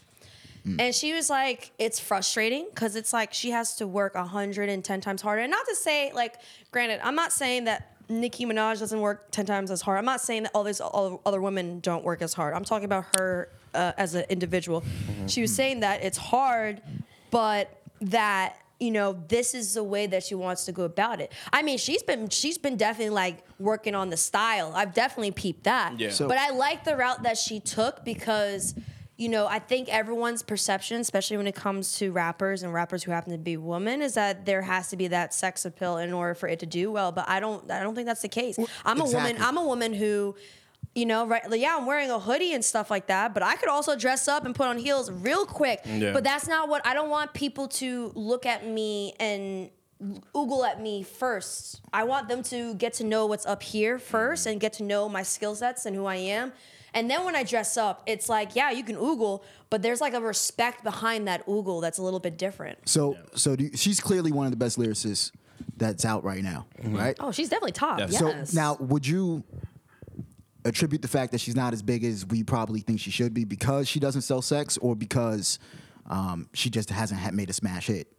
And she was like, it's frustrating because it's like she has to work 110 times harder. And not to say, like, granted, I'm not saying that Nicki Minaj doesn't work 10 times as hard. I'm not saying that all these all other women don't work as hard. I'm talking about her uh, as an individual. She was saying that it's hard, but that you know this is the way that she wants to go about it i mean she's been she's been definitely like working on the style i've definitely peeped that
Yeah. So-
but i like the route that she took because you know, I think everyone's perception, especially when it comes to rappers and rappers who happen to be women, is that there has to be that sex appeal in order for it to do well. But I don't, I don't think that's the case. I'm a
exactly.
woman. I'm a woman who, you know, right? Yeah, I'm wearing a hoodie and stuff like that, but I could also dress up and put on heels real quick.
Yeah.
But that's not what I don't want people to look at me and oogle at me first. I want them to get to know what's up here first and get to know my skill sets and who I am. And then when I dress up, it's like, yeah, you can oogle, but there's like a respect behind that oogle that's a little bit different.
So, so do you- she's clearly one of the best lyricists that's out right now,
Mm-hmm.
right?
Oh, she's definitely top. Yes.
So now, would you attribute the fact that she's not as big as we probably think she should be because she doesn't sell sex, or because um, she just hasn't had made a smash hit?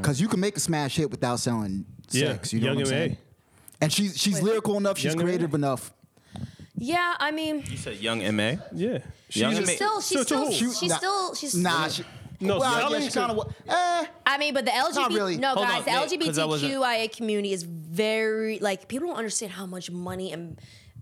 Because you can make a smash hit without selling
Mm. Yeah,
sex. You know
Young
what I'm
M.A.
saying? And she's she's lyrical enough. She's
Young M.A.
creative enough.
yeah, I mean,
You said young ma.
Yeah.
Young Ma-
She's a-
still, she's
So to
still,
who?
she's
Nah.
still, she's
Nah. She,
No,
well, yeah,
selling
she
to-
kind of. Eh,
I mean, but the LGBT,
really.
no
Hold
guys,
on, yeah,
the
'cause I wasn't-
LGBTQIA community is very like people don't understand how much money and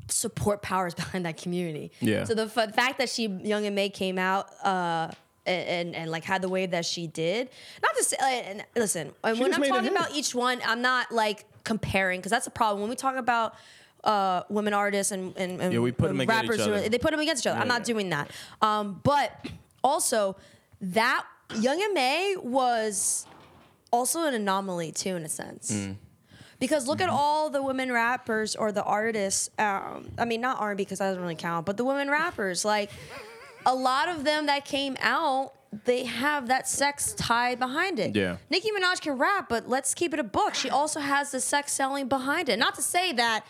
support power is behind that community.
Yeah.
So the f- fact that she Young and May came out. uh and, and, and like had the wave that she did. Not to say, uh, and and listen, and
She
when
just
I'm
made a
talking
hit.
about each one, I'm not like comparing because that's the problem. When we talk about uh, women artists and and, and
Yeah, we put 'em against each
rappers, who-
other.
they put them against each other. I'm
Yeah.
not doing that. Um, but also that Young and May was also an anomaly too in a sense
Mm.
because look at
Mm-hmm.
all the women rappers or the artists um, i mean not r&b because that doesn't really count but the women rappers like a lot of them that came out they have that sex tie behind it.
Yeah.
Nicki Minaj can rap, but let's keep it a book. She also has the sex selling behind it. Not to say that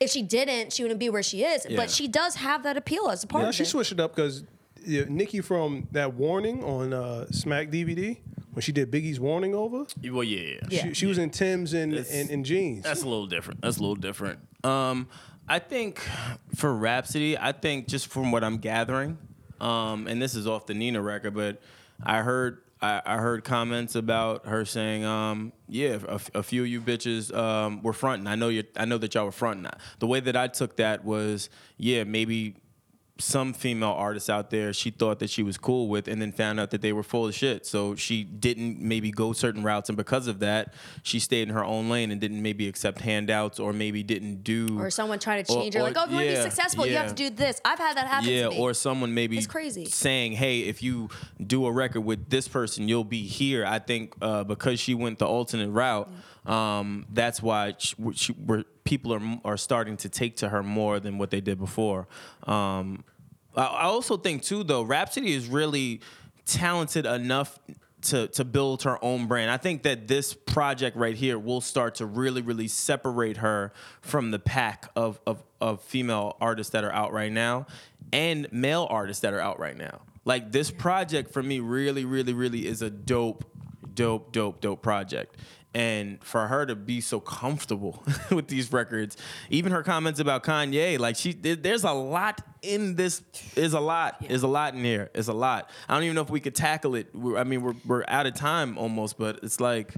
if she didn't, she wouldn't be where she is,
Yeah.
but she does have that appeal as a part
Now
of
she
it.
switched it up because yeah, Nikki from that warning on uh, Smack DVD when she did Biggie's warning over,
Well, yeah.
Yeah.
she, she was in Tim's and, and, and jeans.
That's a little different. That's a little different. Um, I think for Rhapsody, I think just from what I'm gathering, um, and this is off the Nina record, but I heard I, I heard comments about her saying, um, yeah, a, f- a few of you bitches um, were fronting. I know you. I know that y'all were fronting. The way that I took that was, yeah, maybe some female artists out there she thought that she was cool with and then found out that they were full of shit so she didn't maybe go certain routes and because of that she stayed in her own lane and didn't maybe accept handouts or maybe didn't do
or someone trying to change
or-
her, like, oh, if you want to
yeah,
be successful, you have to
yeah.
do this. I've had that happen
yeah
to me.
or someone maybe
It's crazy.
saying hey if you do a record with this person you'll be here i think uh, because she went the alternate route um, that's why she, she, where people are, are starting to take to her more than what they did before um, I, I also think too though rhapsody is really talented enough to, to build her own brand. I think that this project right here will start to really, really separate her from the pack of, of, of female artists that are out right now and male artists that are out right now. Like this project for me really, really, really is a dope, dope, dope, dope project. And for her to be so comfortable with these records, even her comments about Kanye, like she, there- there's a lot in this. Is a lot. Is a lot in here. Is a lot. I don't even know if we could tackle it. We're, I mean, we're we're out of time almost, but it's like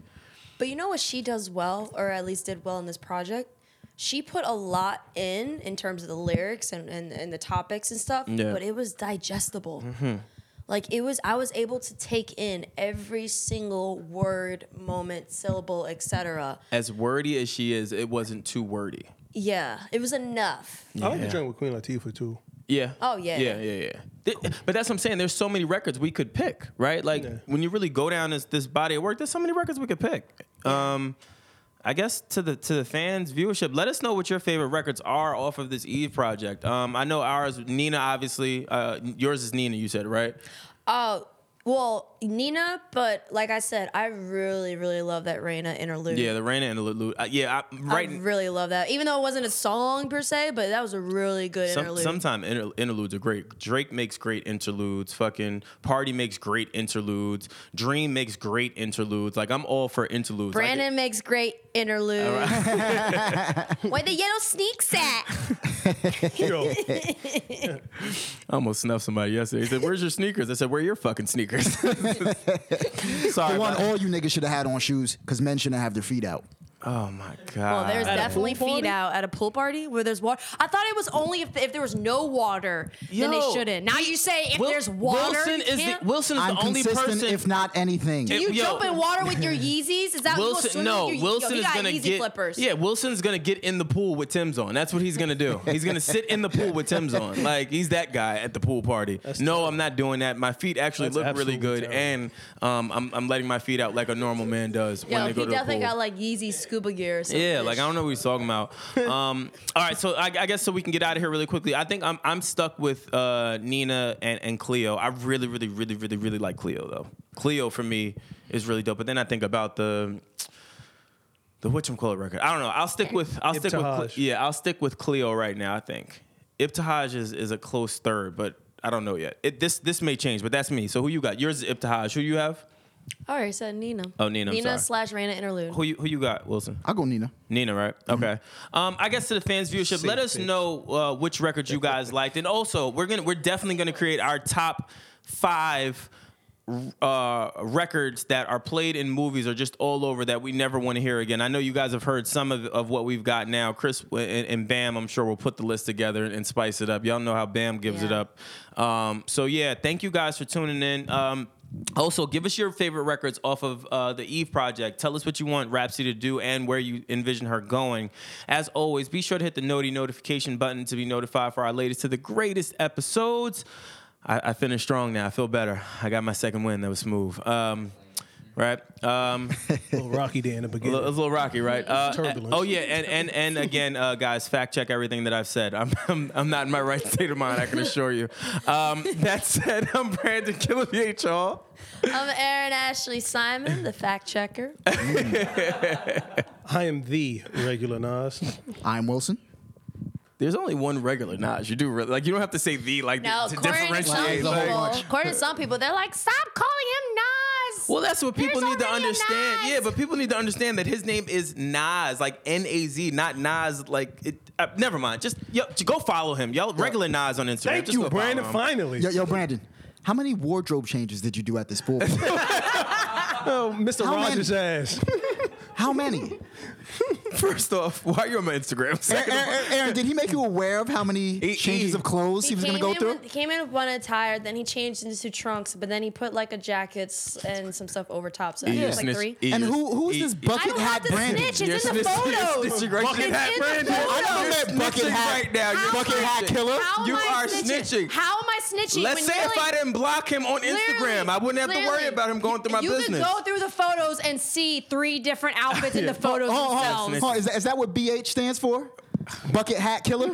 But you know what she does well, or at least did well in this project? she put a lot in in terms of the lyrics and, and, and the topics and stuff,
Yeah. Mm-hmm.
but it was digestible. Like it was, I was able to take in every single word, moment, syllable, etc.
As wordy as she is, it wasn't too wordy.
Yeah, it was enough.
I like to
Yeah.
joint with Queen Latifah too.
Yeah.
Oh, yeah.
Yeah, yeah, yeah. Th- But that's what I'm saying. There's so many records we could pick, right? Like when you really go down this this body of work, there's so many records we could pick. Um, I guess to the to the fans viewership, let us know what your favorite records are off of this Eve project. Um, I know ours, Nina, obviously. Uh, yours is Nina. You said right.
Oh, well, Nina, but like I said, I really, really love that Raina interlude.
Yeah, the Raina interlude. Uh, yeah, I, right.
I really love that. Even though it wasn't a song per se, but that was a really good
Some,
interlude.
Sometimes inter- interludes are great. Drake makes great interludes. Fucking Party makes great interludes. Dream makes great interludes. Like I'm all for interludes. Like,
Brandon makes great interludes.
Oh,
Where the yellow sneaks at?
Yo,
I almost snuffed somebody yesterday. He said, "Where's your sneakers?" I said, "Where are your fucking sneakers?" Sorry.
The one
about-
all you niggas should have had on shoes, because men shouldn't have their feet out.
oh my
Well,
god.
there's
At a
definitely
pool
feet
party?
out at a pool party where there's water. I thought it was only if, if there was no water, then they
Yo,
shouldn't. Now you say if
Wil-
there's water,
Wilson
you
is the
can't?
Wilson is
I'm
the only
consistent,
person.
if not anything.
If-
You
Yo.
jump in water with your Yeezys? Is that what you
Wilson, no, Wilson is gonna
Yeezy
get.
flippers.
Yeah, Wilson's gonna get in the pool with Tim's on. That's what he's gonna do. he's gonna sit in the pool with Tim's on. Like he's that guy at the pool party. no, I'm not doing that. My feet actually
That's
look really
absolutely
good,
terrible.
and um, I'm, I'm letting my feet out like a normal man does when
Yo,
they
he
go to the
definitely
pool.
got like Yeezy scuba gear. Or some
Yeah,
bitch.
like I don't know what he's talking about. Um, all right, so I, I guess so we can get out of here really quickly. I think I'm I'm stuck with uh, Nina and, and Cleo. I really, really, really, really, really like Cleo though. Cleo for me is really dope. But then I think about the the whatchamacallit record. I don't know. I'll stick with I'll stick with
Ibtihaj.
Cle- yeah I'll stick with Cleo right now. I think Ibtihaj is is a close third, but I don't know yet. It, this this may change, but that's me. So who you got? Yours is Ibtihaj. Who you have?
All right, so Nina.
Oh, Nina, I'm
Nina
sorry.
slash Raina interlude.
Who you who you got? Wilson.
I'll go Nina.
Nina, right? Okay. Um, I guess to the fans viewership, let us
bitch.
know uh, which records you guys liked, and also we're gonna we're definitely gonna create our top five uh, records that are played in movies or just all over that we never want to hear again. I know you guys have heard some of, of what we've got now. Chris and, and Bam, I'm sure will put the list together and spice it up. Y'all know how Bam gives it
Yeah.
up. Um, so yeah, thank you guys for tuning in. Um, also, give us your favorite records off of uh, the Eve Project. Tell us what you want Rhapsody to do and where you envision her going. As always, be sure to hit the noti notification button to be notified for our latest to the greatest episodes. I, I finished strong now. I feel better. I got my second win. That was smooth. Um, right. Um,
little Rocky Day in
a
the
little,
beginning.
it's a little rocky, right? Uh,
Turbulence.
oh yeah, and and and again, uh, guys, fact check everything that I've said. I'm, I'm I'm not in my right state of mind. I can assure you. Um, that said, I'm Brandon Killian, y'all.
I'm Aaron Ashley Simon, the fact checker.
I am the regular Nas.
I'm Wilson.
There's only one regular Nas. You do re- like you don't have to say the like
No,
to
according to some
differentiate.
people,
Like,
according to some people, they're like, stop calling
well, that's what people
There's
need to
already a
understand.
Nas.
Yeah, but people need to understand that his name is Nas, like N A Z, not Nas. Like, it, uh, never mind. Just yo, j- go follow him, y'all. Regular Nas on Instagram.
Thank
Just
you,
go follow
Brandon.
him.
Finally,
Yo, yo, Brandon. How many wardrobe changes did you do at this pool?
oh, Mr.
How many?
Rogers' ass.
How many?
First off, why are you on my Instagram? Second of all-
Aaron, Aaron, did he make you aware of how many
He-
changes
he-
of clothes he, was
him Nas.
going to go
in
through?
With, came in with one attire, then he changed into two trunks, but then he put like a jackets and some stuff over top. So I think it was like
Snitch-
three.
eat
and
your-
who who is
eat-
this
eat-
I
bucket
don't have
hat
to
Brandon?
snitch. It's in
You're
the
snitching- you're
photos.
snitching right
It's
now.
in
Bucket hat
the
Brandon.
I
photos.
know
You're
that bucket
snitching
hat.
right now. You're
Bucket hat
snitching.
killer.
How am
You
I
are snitching.
How am I snitching?
Let's
when
say if
clearly-
I didn't block him on Instagram, I wouldn't have to worry
Clearly.
about him going through my
you
business.
You could go through the photos and see three different outfits in the photos
Oh, oh,
themselves.
oh, is, that, is that what BH stands for? Bucket hat killer?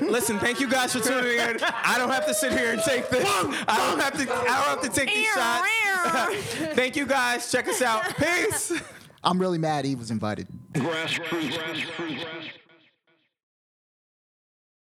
Listen, thank you guys for tuning in. I don't have to sit here and take this. I don't have to. I don't have to take these shots. thank you guys. Check us out. Peace.
I'm really mad he was invited.
Grassroots.